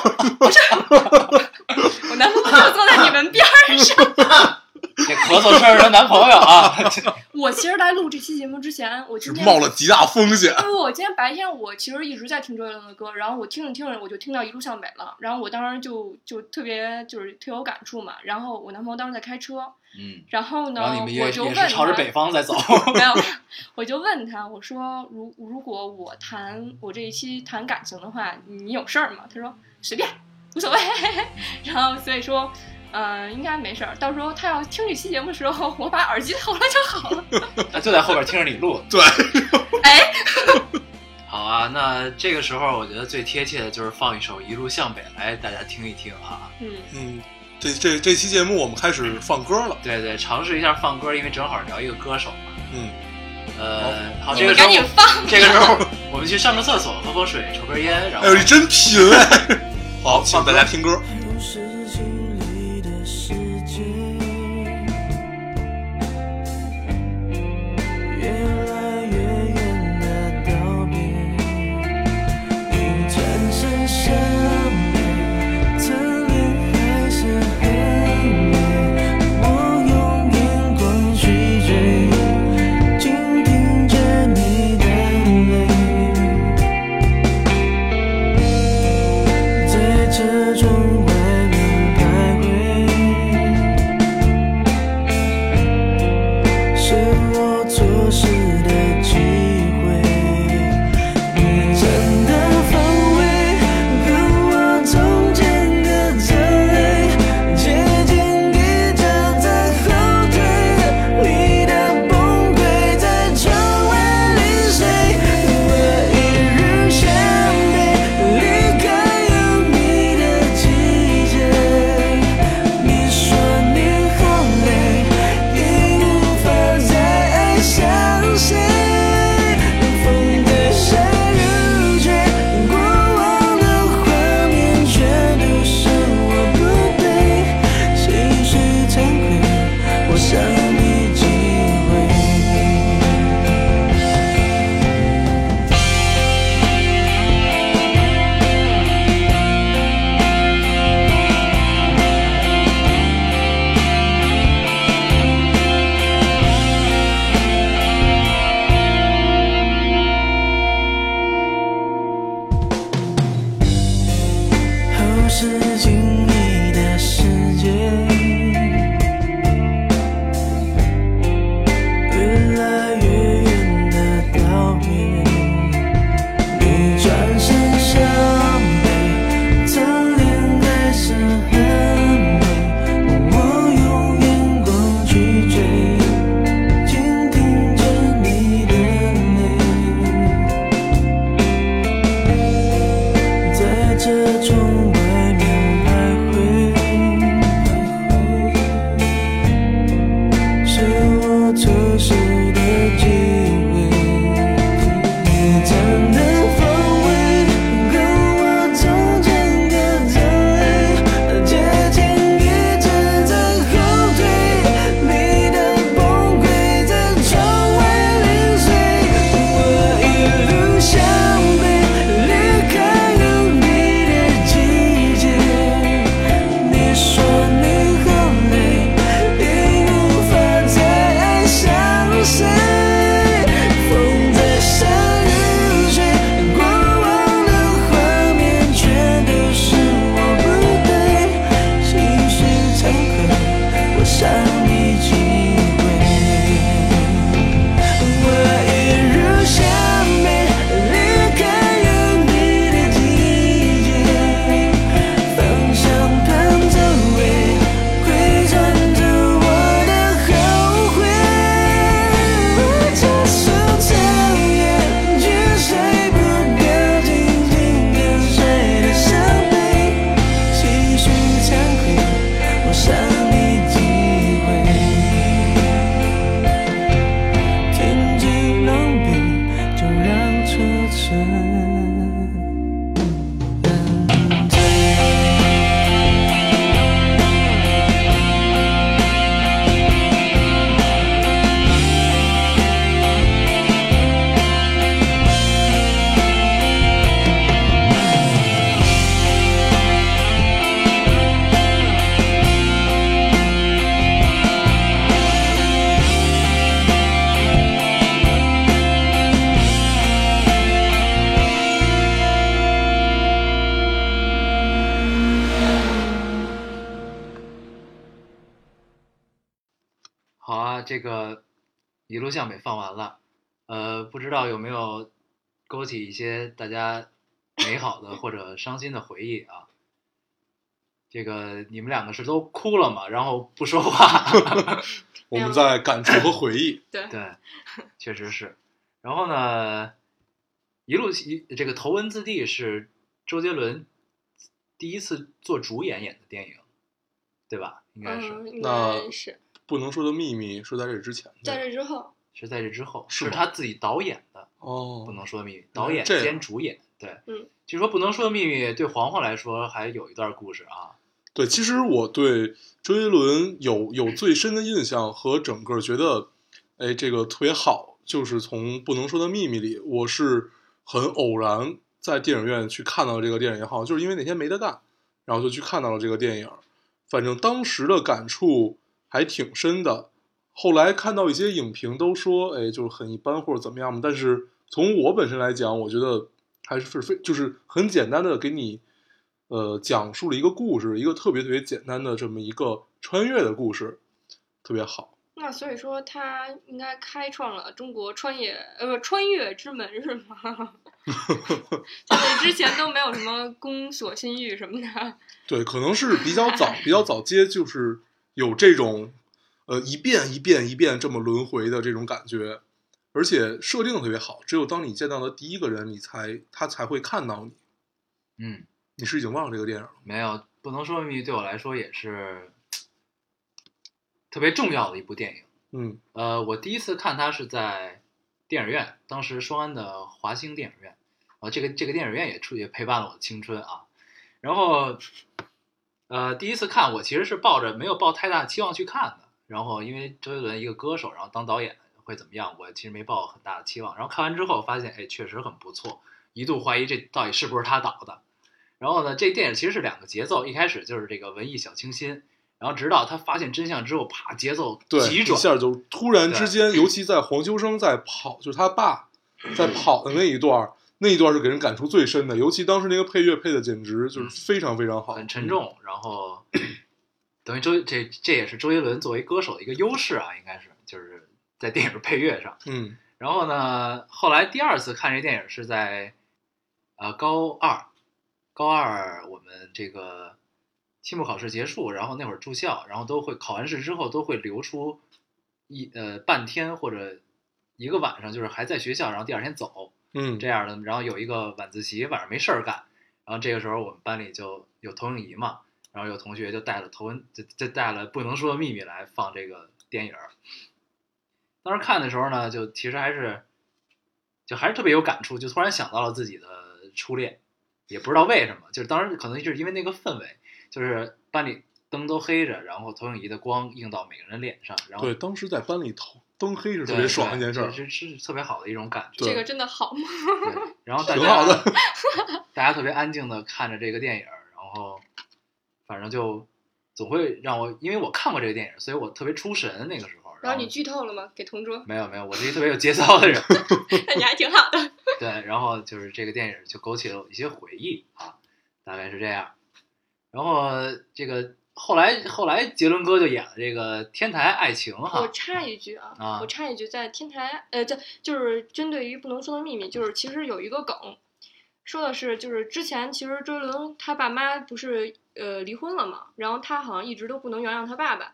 我男朋友坐在你们边 儿上。这咳嗽声儿的男朋友啊， 我其实来录这期节目之前，我是今天冒了极大风险。不，我今天白天我其实一直在听周杰伦的歌，然后我听着听着我就听到《一路向北》了，然后我当时就就特别就是特有感触嘛。然后我男朋友当时在开车，嗯，然后呢，然后你们也我就也问是朝着他，北方在走。 没有，我就问他，我说如如果我谈我这一期谈感情的话，你有事儿吗？他说随便，无所谓。 然后所以说，嗯、应该没事儿。到时候他要听这期节目的时候，我把耳机投了就好了。 他就在后边听着你录。对，哎，好啊，那这个时候我觉得最贴切的就是放一首《一路向北》来大家听一听啊。嗯，嗯，这这这期节目我们开始放歌了。对对，尝试一下放歌，因为正好聊一个歌手嘛。嗯，呃，好好，这个时赶候紧放。这个时候我们去上个厕所，喝口水，抽根烟，然 后哎呦，你真贫哎！好，请大家听歌。都是经历的事情，越来越远的道别，一转身向北，侧脸还是黑夜，我用眼光去追，倾听着你的泪。好啊，这个一路向北放完了，呃，不知道有没有勾起一些大家美好的或者伤心的回忆啊？这个你们两个是都哭了嘛？然后不说话，我们在感触和回忆，对，对，确实是。然后呢，一路一这个《头文字 D》是周杰伦第一次做主演演的电影，对吧？应该是、嗯，应那该是不能说的秘密是在这之前在的这之后，是在这之后，是是吗他自己导演的。哦不，能说的秘密，导演这样兼主演，对，嗯，据说不能说的秘密对黄黄来说还有一段故事啊，对，其实我对周杰伦有有最深的印象和整个觉得，哎，这个特别好，就是从《不能说的秘密》里，我是很偶然在电影院去看到这个电影，也好，就是因为那天没得干，然后就去看到了这个电影。反正当时的感触还挺深的。后来看到一些影评都说，哎，就是很一般或者怎么样嘛。但是从我本身来讲，我觉得还是非就是很简单的给你，呃，讲述了一个故事，一个特别特别简单的这么一个穿越的故事，特别好。那所以说他应该开创了中国穿越呃不穿越之门是吗？对，之前都没有什么宫锁心玉什么的，对，可能是比较早，比较早接，就是有这种，呃，一遍一遍一遍这么轮回的这种感觉，而且设定特别好。只有当你见到的第一个人，你才他才会看到你。嗯，你是已经忘了这个电影了？没有不能说的秘密对我来说也是特别重要的一部电影，嗯呃，我第一次看它是在电影院，当时双安的华星电影院，啊，这个这个电影院也出也陪伴了我的青春啊，然后，呃，第一次看我其实是抱着没有抱太大期望去看的，然后因为周杰伦一个歌手，然后当导演会怎么样，我其实没抱很大的期望，然后看完之后发现，哎，确实很不错，一度怀疑这到底是不是他导的，然后呢，这电影其实是两个节奏，一开始就是这个文艺小清新。然后直到他发现真相之后，啪，节奏对，急一转，下就突然之间，尤其在黄秋生在跑，就是他爸嗯在跑的那一段儿，那一段是给人感触最深的。尤其当时那个配乐配的简直就是非常非常好，嗯很沉重，然后等于周这这也是周杰伦作为歌手的一个优势啊，应该是就是在电影配乐上。嗯。嗯，然后呢，后来第二次看这电影是在呃高二，高二我们这个期末考试结束，然后那会儿住校，然后都会考完试之后都会留出一呃半天或者一个晚上，就是还在学校，然后第二天走，嗯，这样的，然后有一个晚自习，晚上没事儿干，然后这个时候我们班里就有投影仪嘛，然后有同学就带了投文，就就带了《不能说的秘密》来放这个电影儿。当时看的时候呢，就其实还是，就还是特别有感触，就突然想到了自己的初恋，也不知道为什么，就是当时可能就是因为那个氛围，就是班里灯都黑着，然后投影仪的光映到每个人脸上，然后对，当时在班里头灯黑是对特别爽的一件事儿，对是是是特别好的一种感觉。对这个真的好吗？对，然后大挺家好的大家特别安静的看着这个电影儿，然后反正就总会让我，因为我看过这个电影儿，所以我特别出神那个时候。然然后你剧透了吗？给同桌 ，没有没有，我是一特别有节操的人。那你还挺好的。对，然后就是这个电影儿就勾起了我一些回忆啊，大概是这样。然后这个后来后来杰伦哥就演了这个《天台爱情》我哈，插一句啊，啊我插一句，在天台，呃，在就是针对于不能说的秘密，就是其实有一个梗，说的是就是之前其实周杰伦他爸妈不是呃离婚了嘛，然后他好像一直都不能原谅他爸爸。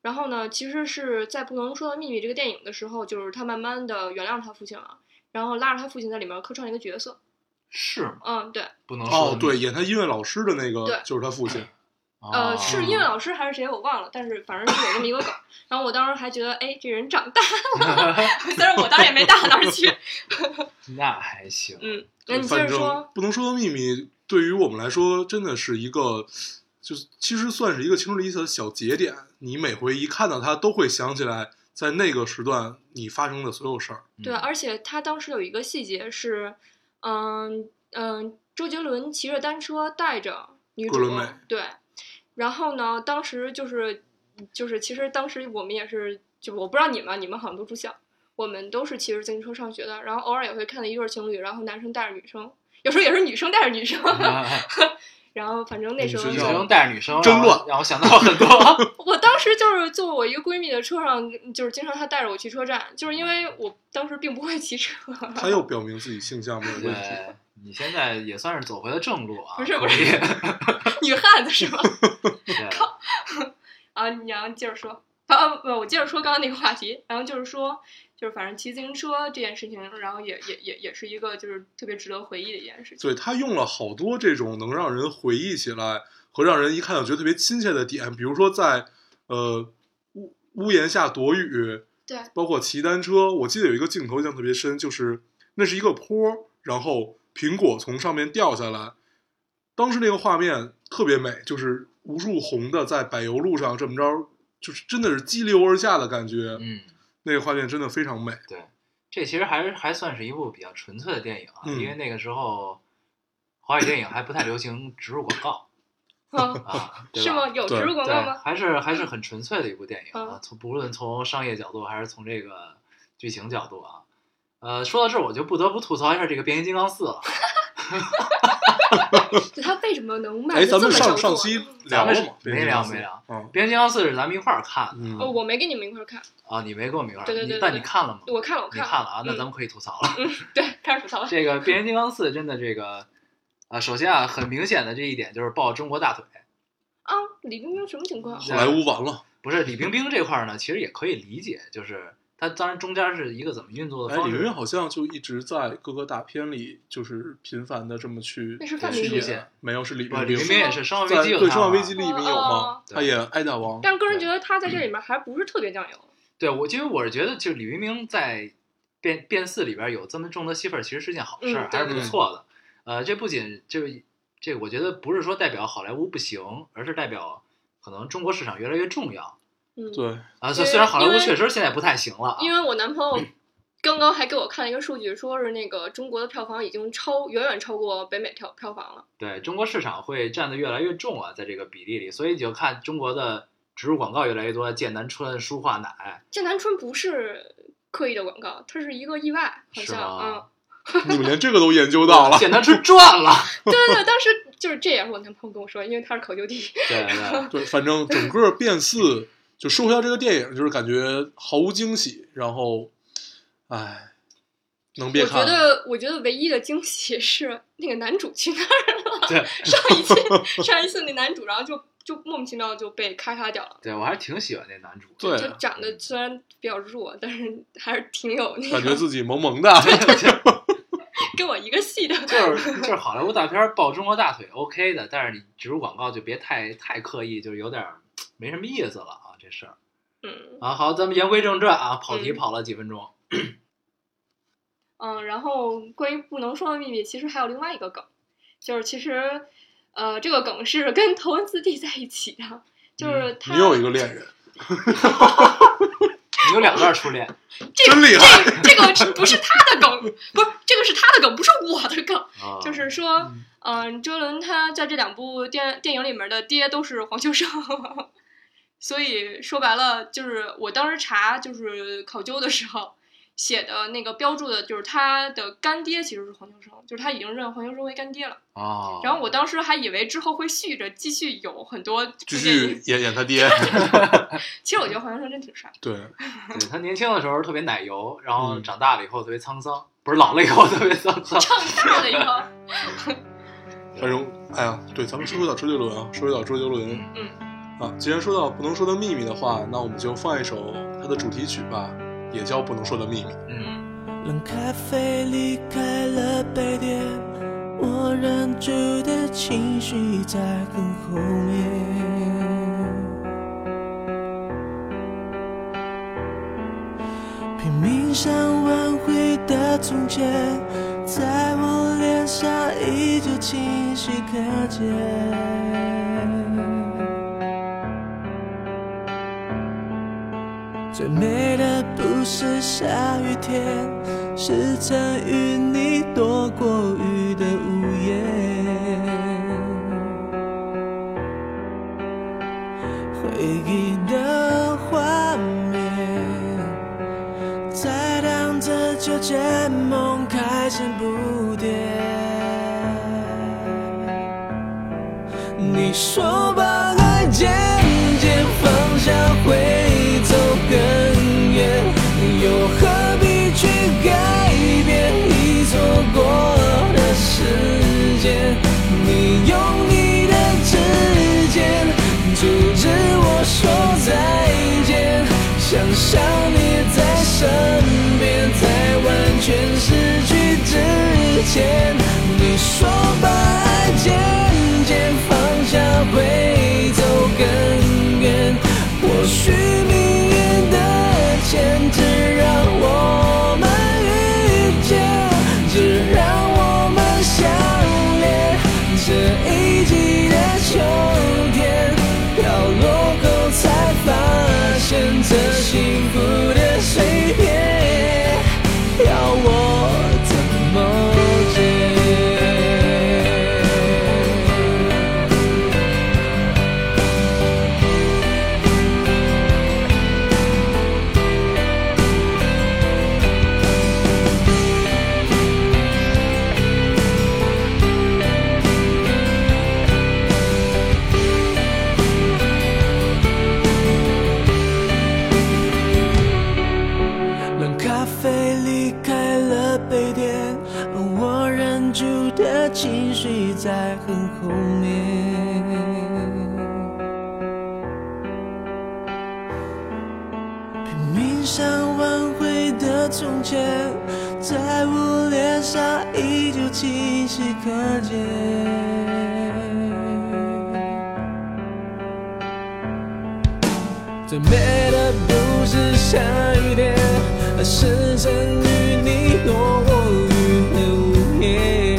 然后呢，其实是在《不能说的秘密》这个电影的时候，就是他慢慢的原谅他父亲了，然后拉着他父亲在里面客串了一个角色。是吗嗯，对，不能说哦，对，演他音乐老师的那个对就是他父亲，呃，哦是音乐老师还是谁我忘了，但是反正是有这么一个梗。然后我当时还觉得，哎，这人长大了， 虽然我当时也没大哪儿去。那还 行， 嗯，那你接反着正说，不能说的秘密，对于我们来说真的是一个，就是其实算是一个青春里的小节点。你每回一看到它，都会想起来在那个时段你发生的所有事儿。对，嗯而且他当时有一个细节是，嗯嗯，周杰伦骑着单车带着女桂主纶镁，对，然后呢，当时就是就是，其实当时我们也是，就我不知道你们，你们好像都住校，我们都是骑着自行车上学的，然后偶尔也会看到一对儿情侣，然后男生带着女生，有时候也是女生带着女生， 然后反正那时候哎你女是要生带着女生真让我乱让我想到了很多。我当当时就是坐我一个闺蜜的车上，嗯就是经常她带着我去车站，就是因为我当时并不会骑车。 他又表明自己性向没有问题，对，你现在也算是走回了正路啊。不是可不是 以女汉子是 吗？对啊，你然后接着说，啊不，我接着说刚刚那个话题，然后就是说，就是反正骑自行车这件事情，然后也也也也是一个就是特别值得回忆的一件事情。对他用了好多这种能让人回忆起来和让人一看就觉得特别亲切的点，比如说在呃屋屋檐下躲雨，对，包括骑单车。我记得有一个镜头印象特别深，就是那是一个坡，然后苹果从上面掉下来，当时那个画面特别美，就是无数红的在柏油路上这么着，就是真的是激流而下的感觉，嗯，那个画面真的非常美。这其实还是还算是一部比较纯粹的电影啊，嗯因为那个时候华语电影还不太流行植入广告 啊， 啊，对是吧？吗？有植入广告对，吗？嗯还是还是很纯粹的一部电影啊，从不论从商业角度还是从这个剧情角度啊，呃，说到这儿我就不得不吐槽一下这个《变形金刚四》 了。就他为什么能卖哎，得咱这们么上上上座？期聊咱们了是吗？没聊没聊，《嗯变形金刚四》是咱们一块儿看的嗯哦，我没跟你们一块儿看，啊，你没跟我们一块儿，对对对你对但对你看了吗？我看了我你看看了啊，那嗯咱们可以吐槽了。对，开始吐槽了。这个《变形金刚四》真的这个，啊，首先啊，很明显的这一点就是抱中国大腿，啊，李冰冰什么情况？啊好莱坞完了。不是李冰冰这块儿呢，其实也可以理解，就是它当然中间是一个怎么运作的哎，方李云式，好像就一直在各个大片里，就是频繁的这么去那是范去冰冰演，没有是李不冰李冰冰冰也是《生化在危机》有对《看生化吗危机》里面有吗哦？哦他演爱大王，但个人觉得他在这里面还不是特别酱油。对我，因为我是觉得就是李冰冰在变变四里边有这么重的戏份儿，其实是件好事儿，还嗯对是不对错的。呃，这不仅就是这，我觉得不是说代表好莱坞不行，而是代表可能中国市场越来越重要嗯，对，啊。因虽为虽然好莱因坞为确实现在不太行了啊，因为我男朋友刚刚还给我看了一个数据，说是那个中国的票房已经超远远超过北美票票房了。对中国市场会占的越来越重啊，在这个比例里，所以你就看中国的植入广告越来越多，剑南春、舒化奶，剑南春不是刻意的广告，它是一个意外，好是像吗啊、你们连这个都研究到了。剑南春赚了，嗯，对对对，当时就是这也是我男朋友跟我说，因为他是考究帝，对对。对，反正整个变四，就说回到这个电影，就是感觉毫无惊喜，然后，唉，能别我觉看了。得我觉得唯一的惊喜是那个男主去那 儿了，对上一次上一次那男主，然后就就莫名其妙就被咔咔掉了。对，我还是挺喜欢那男主的。对就长得虽然比较弱，但是还是挺有那感觉个自己萌萌的， 跟我一个系的。就是就是好莱坞大片儿抱中国大腿 OK 的，但是你植入广告就别太太刻意，就是有点儿没什么意思了啊，这事儿嗯啊。好，咱们言归正传啊，跑题嗯跑了几分钟，嗯，然后关于不能说的秘密，其实还有另外一个梗，就是其实呃这个梗是跟头文字 D 在一起的，就是他、嗯你有一个恋人，你有两段初 恋，这真厉害这个这个不是他的梗，不是这个是他的梗，不是我的梗。啊、就是说，嗯、周伦他在这两部电电影里面的爹都是黄秋生， 所以说白了就是我当时查就是考究的时候写的那个标注的，就是他的干爹其实是黄秋生，就是他已经认黄秋生为干爹了。哦，然后我当时还以为之后会续着继续有很多继部电续影，演演他 爹。其实我觉得黄秋生真挺帅。对，对他年轻的时候特别奶油，然后嗯长大了以后特别沧桑，不是老了以后特别沧桑。唱大了以后，反正，哎呀，对，咱们说回到周杰伦啊，说回到周杰伦，嗯啊，既然说到不能说的秘密的话，那我们就放一首他的主题曲吧，也叫《不能说的秘密》。嗯，冷咖啡离开了杯垫，我忍住的情绪在很后面，拼命想挽回的从前，在我脸上依旧清晰可见。最美的不是下雨天，是曾与你躲过雨的屋檐。回忆的画面，在荡着秋千，梦开始不甜。你说把爱渐渐放下在很后面。拼命想挽回的从前，在我脸上依旧清晰可见。最美的不是下雨天，而是曾与你和我雨的屋檐。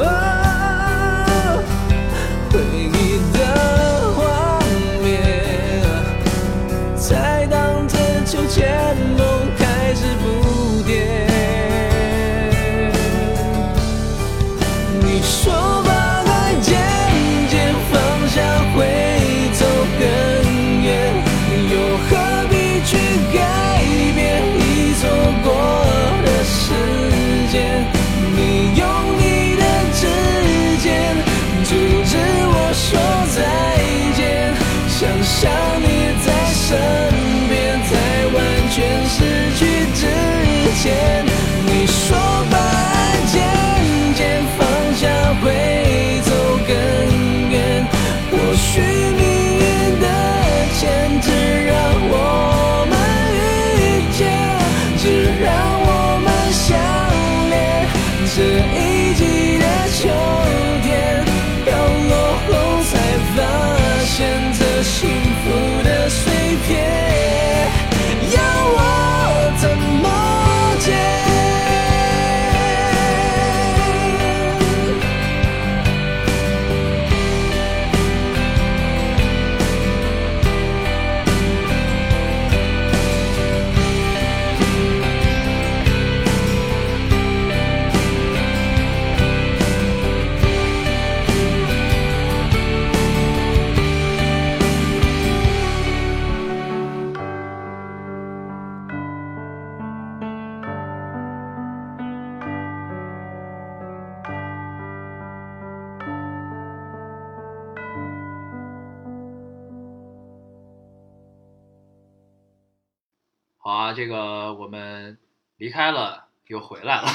哦回忆的画面，才荡着秋千，梦开始铺垫。你说把爱渐渐放下会走很远，又何必去改变已错过的时间？你用你的指尖阻止我说再见，想象你在身边，在完全失去之前，你说把爱渐渐放下会走更远，或许命运的牵制让我们遇见，只让我们相恋。这一季的秋天，飘落后才发现这幸福的碎片，要我怎么捡？好啊，这个我们离开了又回来了，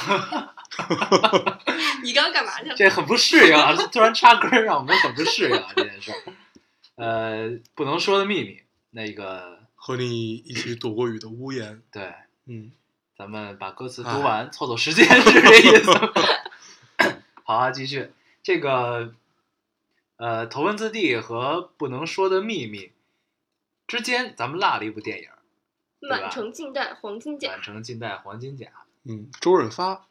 你刚刚干嘛去了？这很不适应啊！ 突然插歌儿让我们很不适应啊这件事儿。呃，不能说的秘密，那个和你一起躲过雨的屋檐，对，嗯，咱们把歌词读完，凑凑时间是这意思 吗。好啊，继续这个，呃，《头文字 D》和《不能说的秘密》之间，咱们落了一部电影儿吧满城尽带黄金《甲 满》，城尽带黄金甲》，嗯，周润发、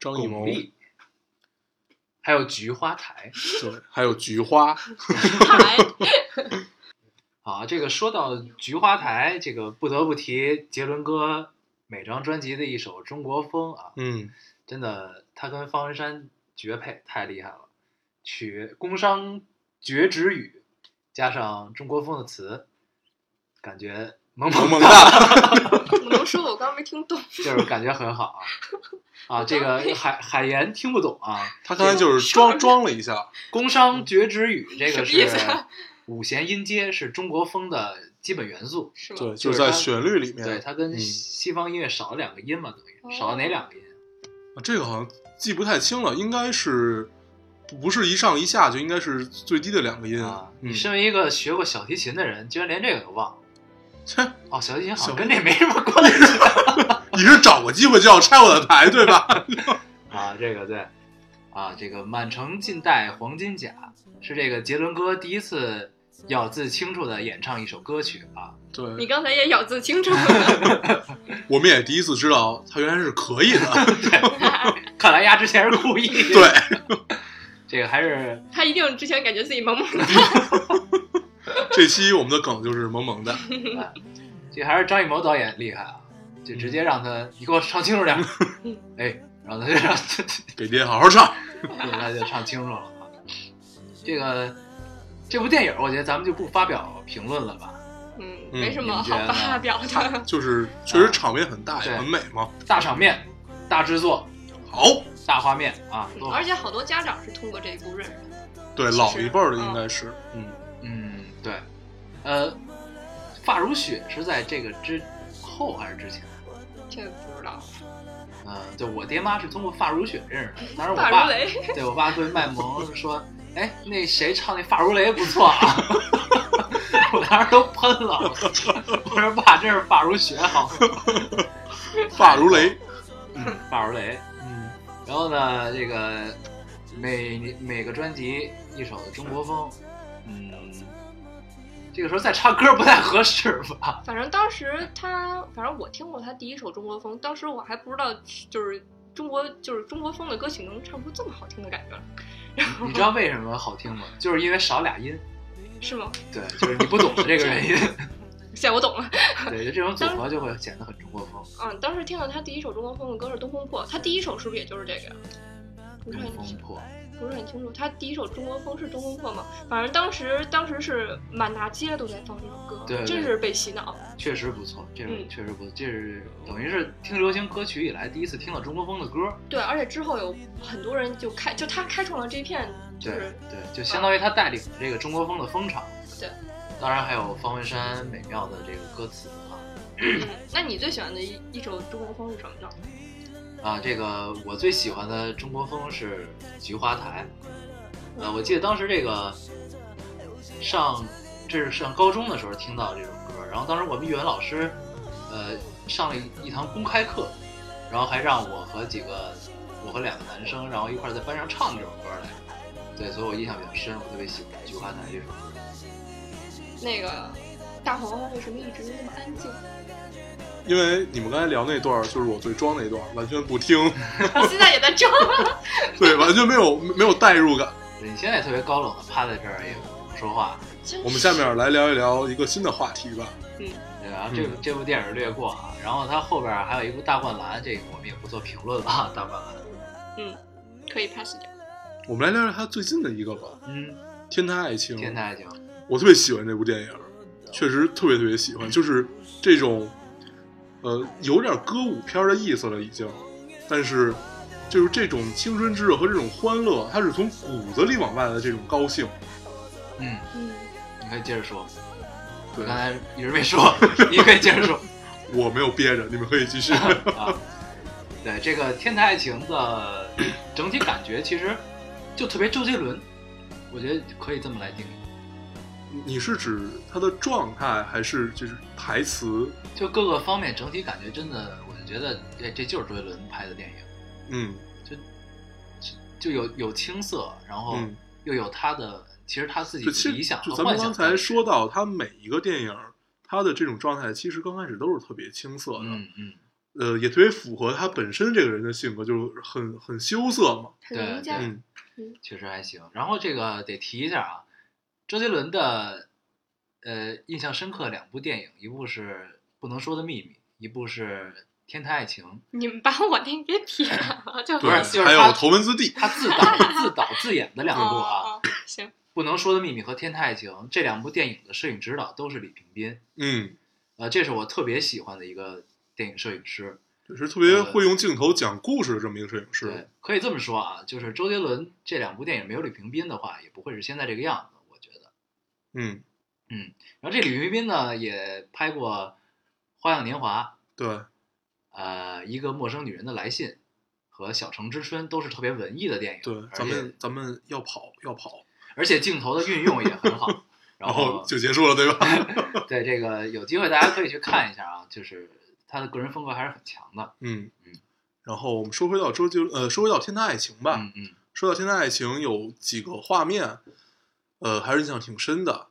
张艺谋巩，俐，还有《菊花台》。对，还有菊 花，台，啊，这个说到菊花台，这个不得不提杰伦哥每张专辑的一首《中国风》啊，嗯，真的，他跟方文山绝配，太厉害了。曲工商绝止语，加上中国风的词，感觉萌萌萌哒，不能说我刚刚没听懂。就是感觉很好 啊。啊，这个海海岩听不懂啊，他刚才就是装装了一下，工商绝止语这个什么意是思啊五弦音阶，是中国风的基本元素。是吗？对，就是是在他旋律里面，对，它跟嗯西方音乐少了两个音嘛，等哦于少了哪两个音？啊这个好像记不太清了，应该是不是一上一下就应该是最低的两个音啊，嗯你，身为一个学过小提琴的人，居然连这个都忘了。切，哦，小提琴好小像跟这没什么关系 你是找个机会就要拆我的台对吧？啊。这个对，啊，这个满城尽带黄金甲是这个杰伦哥第一次咬字清楚的演唱一首歌曲啊。你对，刚才也咬字清楚了，我们也第一次知道他原来是可以的，看来丫之前是故意。对，这个还是他一定之前感觉自己萌萌 的。这期我们的梗就是萌萌的，这还是张艺谋导演厉害啊，就直接嗯让他你给我唱清楚 点儿，哎，然后他就让他给爹好好唱，对，他就唱清楚了啊。这个这部电影，我觉得咱们就不发表评论了吧。嗯，嗯没什么你们好觉得呢发 表的。嗯就是确实场面很大也对很美嘛。大场面、大制作、好，大画面啊，多好而且好多家长是通过这一部认识的。对其实老一辈儿的应该是，嗯，嗯，对，呃，发如雪是在这个之后还是之前？这个不知道，嗯，对我爹妈是通过发如雪认识的，当然我发爸如雷，对我爸对卖萌说，哎，那谁唱那《发如雷》不错啊， 我当时都喷了，我说爸，真是发如雪好，发如雷，嗯， 发如雷。嗯，然后呢，这个每每个专辑一首中国风，嗯，这个时候再唱歌不太合适 吧？ 反正当时他，反正我听过他第一首中国风，当时我还不知道，就是中国就是中国风的歌曲能唱出这么好听的感觉来，你知道为什么好听吗？就是因为少俩音，是吗？对，就是你不懂的这个 原因，现在我懂了。对，就这种组合就会显得很中国风。嗯，当时听到他第一首中国风的歌是《东风破》，他第一首是不是也就是这个呀？不嗯是东很风破，不是很清楚，他第一首中国风是《东风破》吗？反正当时当时是满大街都在放这首歌，对对真是被洗脑。确实不错，这种嗯确实不错，这是等于是听流行歌曲以来第一次听到中国风的歌，对，而且之后有很多人就开，就他开创了这片，就对是啊对，就相当于他带领了这个中国风的风潮。对，当然还有方文山美妙的这个歌词啊。嗯，那你最喜欢的一一首中国风是什么呢？啊，这个我最喜欢的中国风是《菊花台》。嗯呃，我记得当时这个上这是上高中的时候听到这首歌，然后当时我们语文老师呃上了一一堂公开课，然后还让我和几个我和两个男生，然后一块儿在班上唱这首歌来。对，所以我印象比较深，我特别喜欢《菊花台》这首歌。那个大黄花为什么一直那么安静？ 因为你们刚才聊那段儿就是我最装那段儿，完全不听， 我现在也在装。对，完全没有没有代入感。对你现在也特别高冷的趴在这儿也不说话，真我们是下面来聊一聊一个新的话题吧。对吧？这部这部电影略过啊，然后它后边儿还有一部《大灌篮》，这个我们也不做评论了，啊，《大灌篮》。 可以 pass 掉。我们来聊聊他最近的一个吧，嗯， 《天台爱情》。天才爱情，我特别喜欢这部电影，确实特别特别喜欢，就是这种，呃，有点歌舞片儿的意思了已经，但是就是这种青春之热和这种欢乐，它是从骨子里往外的这种高兴。嗯，嗯，你可以接着说，我对，刚才一直没说， 你可以接着说我没有憋着，你们可以 继续。 啊。对这个天才爱情的整体感觉，其实就特别周杰伦，我觉得可以这么来定义，你是指他的状态，还是就是台词？就各个方面整体感觉真的，我就觉得这这就是周杰伦拍的电影，嗯就有有青涩，然后嗯，又有他的，其实他自己就其的理实想就和咱们幻想。刚才说到，他每一个电影，他的这种状态其实刚开始都是特别青涩的。嗯嗯，呃，也特别符合他本身这个人的性格，就是很很羞涩嘛。很对邻家。对嗯，确实还行。然后这个得提一下啊，周杰伦的呃印象深刻两部电影，一部是《不能说的秘密》，一部是《天台爱情你们把我那给撇了， 就不是就是还他有头文字 D》，，他自导自导自演的两部啊，哦哦行， 《不能说的秘密》和《天台爱情》这两部电影的摄影指导都是李平斌，嗯，呃，这是我特别喜欢的一个电影摄影师。就是特别会用镜头讲故事的这么一个摄影对师。，可以这么说啊，就是周杰伦这两部电影没有李平斌的话，也不会是现在这个样子，我觉得。嗯，然后这李冰冰呢，也拍过《花样年华对，》、呃，《一个陌生女人的来信》和《小城之春》，都是特别文艺的电影。对，而咱且们咱们要跑要跑，而且镜头的运用也很 好。然然后后就结束了，对 吧？嗯对这个有机会大家可以去看一下啊，就是他的个人风格还是很强的。嗯嗯。然后我们说回到周杰，呃，说回到《天台爱情》吧。嗯嗯，说到《天台爱情》，有几个画面，呃，还是印象挺深的。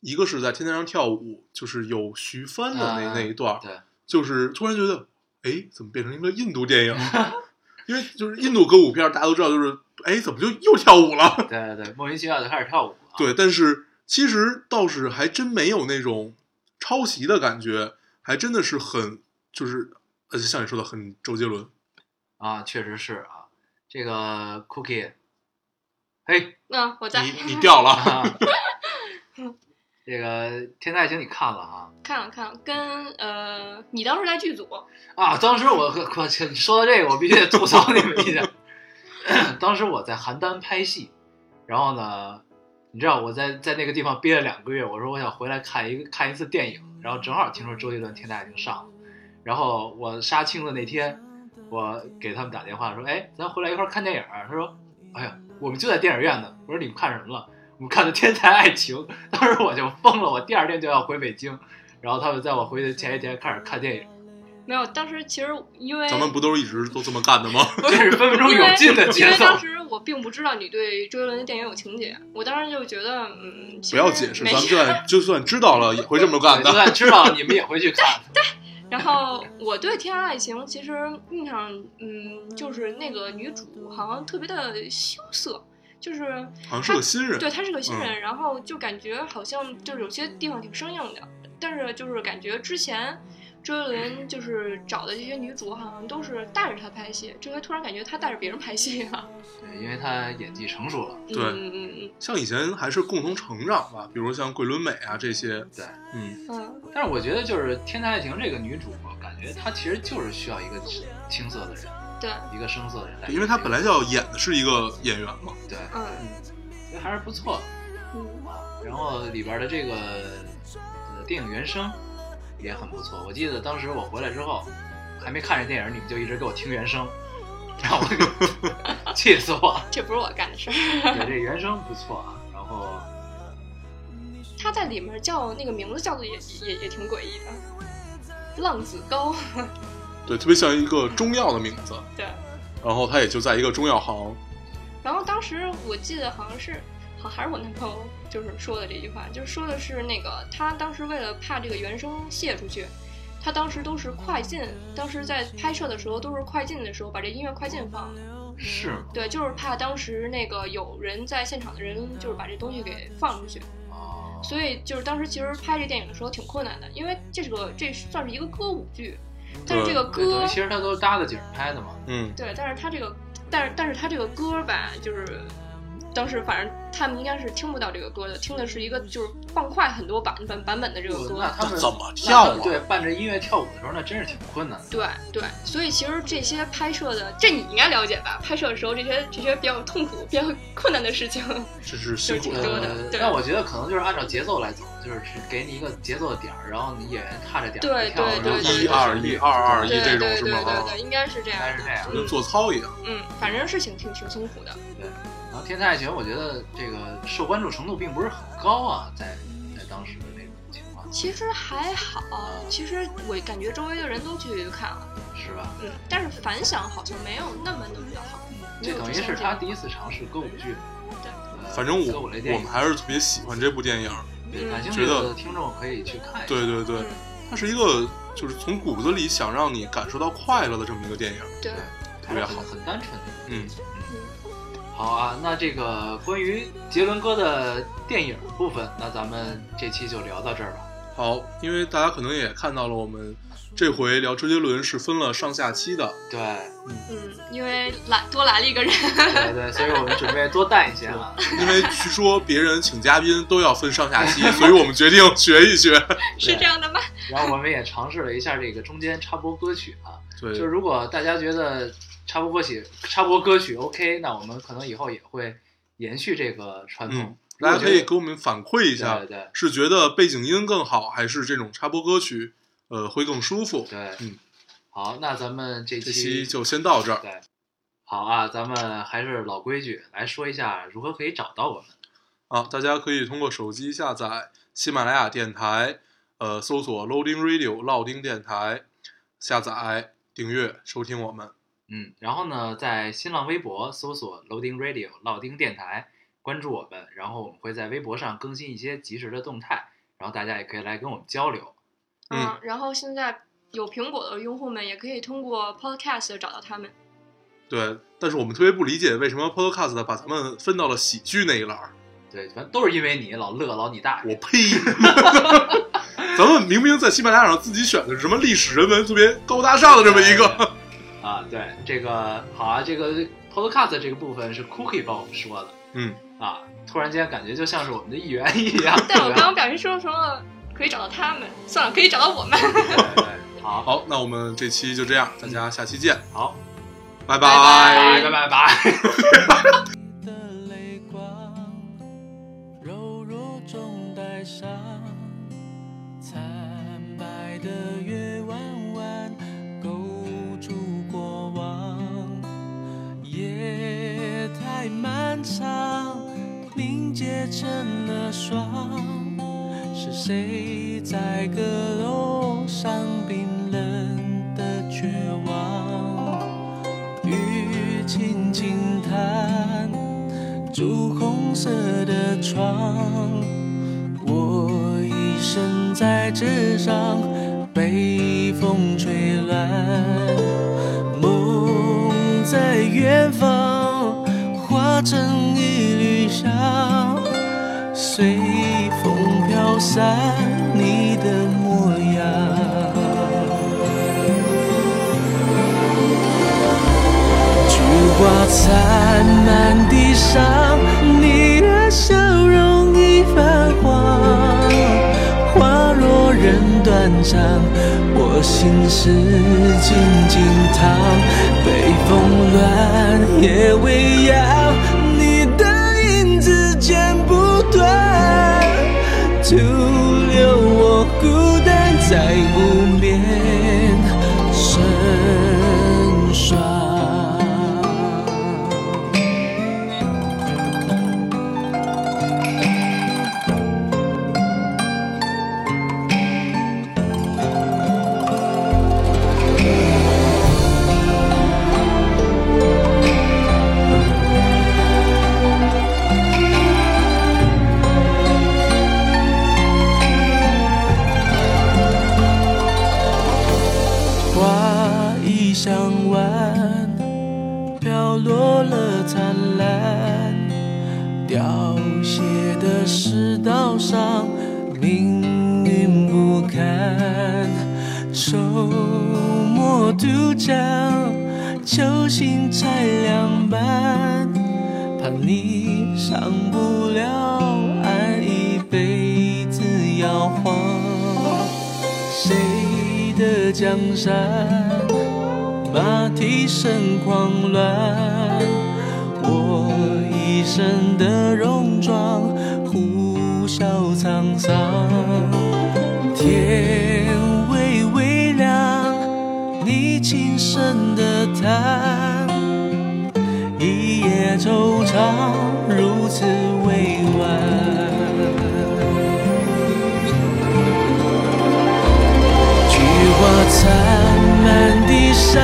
一个是在天台上跳舞，就是有徐帆的那、啊那一段儿，对，就是突然觉得，哎，怎么变成一个印度电影？ 因为就是印度歌舞片儿，大家都知道，就是哎，怎么就又跳舞了？ 对对对，莫名其妙就开始跳舞了、啊。对，但是其实倒是还真没有那种抄袭的感觉，还真的是很就是，而且像你说的很周杰伦，啊，确实是啊，这个 Cookie，嘿，那我在你你掉了， 啊这个《天才爱情》你看了啊？看了看了，跟呃，你当时在剧组，啊，当时我我我切说到这个，我必须得吐槽你们一下。当时我在邯郸拍戏，然后呢，你知道我在在那个地方憋了两个月，我说我想回来看一个看一次电影，然后正好听说周杰伦《天台已经上了，然后我杀青的那天，我给他们打电话说，哎，咱回来一块儿看电影儿。他说，哎呀，我们就在电影院呢。我说你们看什么了？我们看的《天才爱情》，当时我就疯了，我第二天就要回北京。然后他们在我回去前一天开始看电影，没有，当时其实因为咱们不都是一直都这么干的吗？ 这是分分钟因为有劲的因节为奏。 当时我并不知道你对周杰伦的电影有情节，我当时就觉得，嗯，其不实要解释，没咱们就算就算知道了，也会这么干对，就的。算知道了你们也回去 看。然后我对《天爱爱情》其实印象，嗯，就是那个女主好像特别的羞涩，就是好像是个新人，嗯对她是个新人，然后就感觉好像就是有些地方挺生硬的，但是就是感觉之前周杰伦就是找的这些女主好像都是带着他拍戏，这回突然感觉他带着别人拍戏啊了。对，因为他演技成熟了。对嗯嗯嗯像以前还是共同成长吧，比如像桂纶镁啊这些。对，嗯，嗯但是我觉得就是《天才爱情》这个女主，感觉她其实就是需要一个青涩的人，嗯，对，一个生涩的人来演这个，因为她本来就要演的是一个演员嘛。对，嗯所以还是不错。啊嗯然后里边的这个呃电影原声也很不错。我记得当时我回来之后，还没看这电影，你们就一直给我听原声，让 我 气死我。这不是我干的事儿。 对，这原声不错啊。然后他在里面叫那个名字叫的也也也挺诡异的，浪子高，对，特别像一个中药的名字。对。然后她也就在一个中药行，然后当时我记得好像是，好还是我男朋友就是说的这句话，就是说的是那个他当时为了怕这个原声泄出去，他当时都是快进，当时在拍摄的时候都是快进的时候把这音乐快进放的，是吗对，就是怕当时那个有人在现场的人就是把这东西给放出去，哦，所以就是当时其实拍这电影的时候挺困难的，因为这是个这算是一个歌舞剧，嗯但是这个对，歌等于其实它都是搭的景儿拍的嘛。嗯，对，但是他这个，但是但是他这个歌吧，就是当时反正他们应该是听不到这个歌的，听的是一个就是放快很多版本版本的这个歌哦那。他们怎么跳啊那他们对，伴着音乐跳舞的时候，那真是挺困难的。对对，所以其实这些拍摄的，这你应该了解吧？拍摄的时候这些这些比较痛苦、比较困难的事情，这是辛苦挺多的呃对但我觉得可能就是按照节奏来走，就是只给你一个节奏的点儿，然后你演员踏着点儿对跳，对对然后对一二一二二一对这对种对是对吗？对对，应该是这应样该是这的。样。跟做操一样。嗯，反正是挺挺挺辛苦的。然后《天才爱情》，我觉得这个受关注程度并不是很高啊，在在当时的那种情况，其实还好，其实我感觉周围的人都去看了，是吧？嗯，但是反响好像没有那么那么的好。没这有等于之前是这他样第一次尝试歌舞剧。对呃反正歌我舞我类电们影，还是特别喜欢这部电影。对感兴觉趣得的听众可以去看一下。对对对嗯，它是一个就是从骨子里想让你感受到快乐的这么一个电影。对，还是很很单纯的。嗯，好啊，那这个关于杰伦哥的电影部分，那咱们这期就聊到这儿吧。好，因为大家可能也看到了，我们这回聊周杰伦是分了上下期的。对，嗯，因为来多来了一个人， 对对，所以我们准备多带一些啊。因为据说别人请嘉宾都要分上下期，所以我们决定学一学。是这样的吗？然后我们也尝试了一下这个中间插播歌曲啊，就是对，如果大家觉得插播歌曲、插播歌曲 OK，那我们可能以后也会延续这个传统嗯。大家可以给我我们反馈一下对，对是觉得背景音更好，还是这种插播歌曲，呃，会更舒服？对，嗯，好，那咱们这这期期就先到这儿。对，好啊，咱们还是老规矩，来说一下如何可以找到我们。啊，大家可以通过手机下载喜马拉雅电台，呃，搜索 Loading Radio 老丁电台，下载订阅收听我们。嗯，然后呢，在新浪微博搜索 Loading Radio 老丁电台，关注我们，然后我们会在微博上更新一些及时的动态，然后大家也可以来跟我们交流。嗯嗯，然后现在有苹果的用户们也可以通过 Podcast 找到他们。对，但是我们特别不理解为什么 Podcast 把咱们分到了喜剧那一栏儿。对，反正都是因为你老乐老你大我爷。呸！ 咱们明明在喜马拉雅上自己选的是什么历史人文特别高大上的这么一个， 啊，对这个好啊，这个 podcast 这个部分是 Cookie 帮我们说的嗯，啊，突然间感觉就像是我们的一员一样。但我对啊刚刚表示说什么可以找到他们，算了，可以找到我们。对对好，好，那我们这期就这样，大家下期见，好，拜拜拜拜拜。的泪光柔弱中带伤，惨白的月弯弯勾住过往。谁在阁楼上冰冷的绝望？雨轻轻弹，朱红色的窗，我一身在纸上，被风吹乱。梦在远方化成一缕香，随风飘散你的模样。烛光灿烂地上，你的笑容已泛黄，花落人断肠，我心事静静躺，北风乱，夜未央，你的影子剪不断，徒留我孤单在无眠深霜。花已向晚，飘落了灿烂，凋谢的世道上，命运不堪。手墨独掌，酒醒才两半，怕你上不了岸，一辈子摇晃。谁的江山？马蹄声狂乱，我一身的戎装，呼啸沧桑。天微微亮，你轻声的叹，一夜惆怅，如此委婉。菊花残满地上，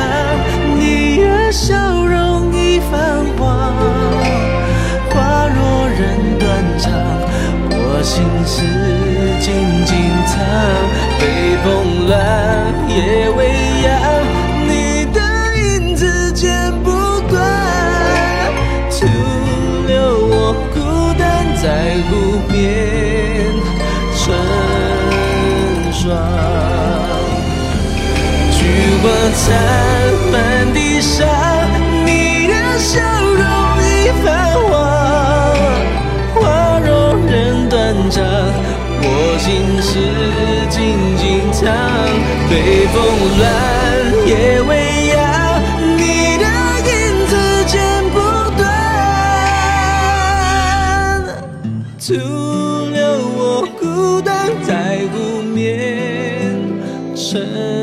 你的笑容已泛黄，花落人断肠，我心事静静藏，北风乱，夜未央，你的影子剪不断，徒留我孤单在湖边成双。菊花残满地上，你的笑容已泛黄，花落人断肠，我心事静静藏，北风乱，夜未央，你的影子剪不断，徒留我孤单在无眠。沉。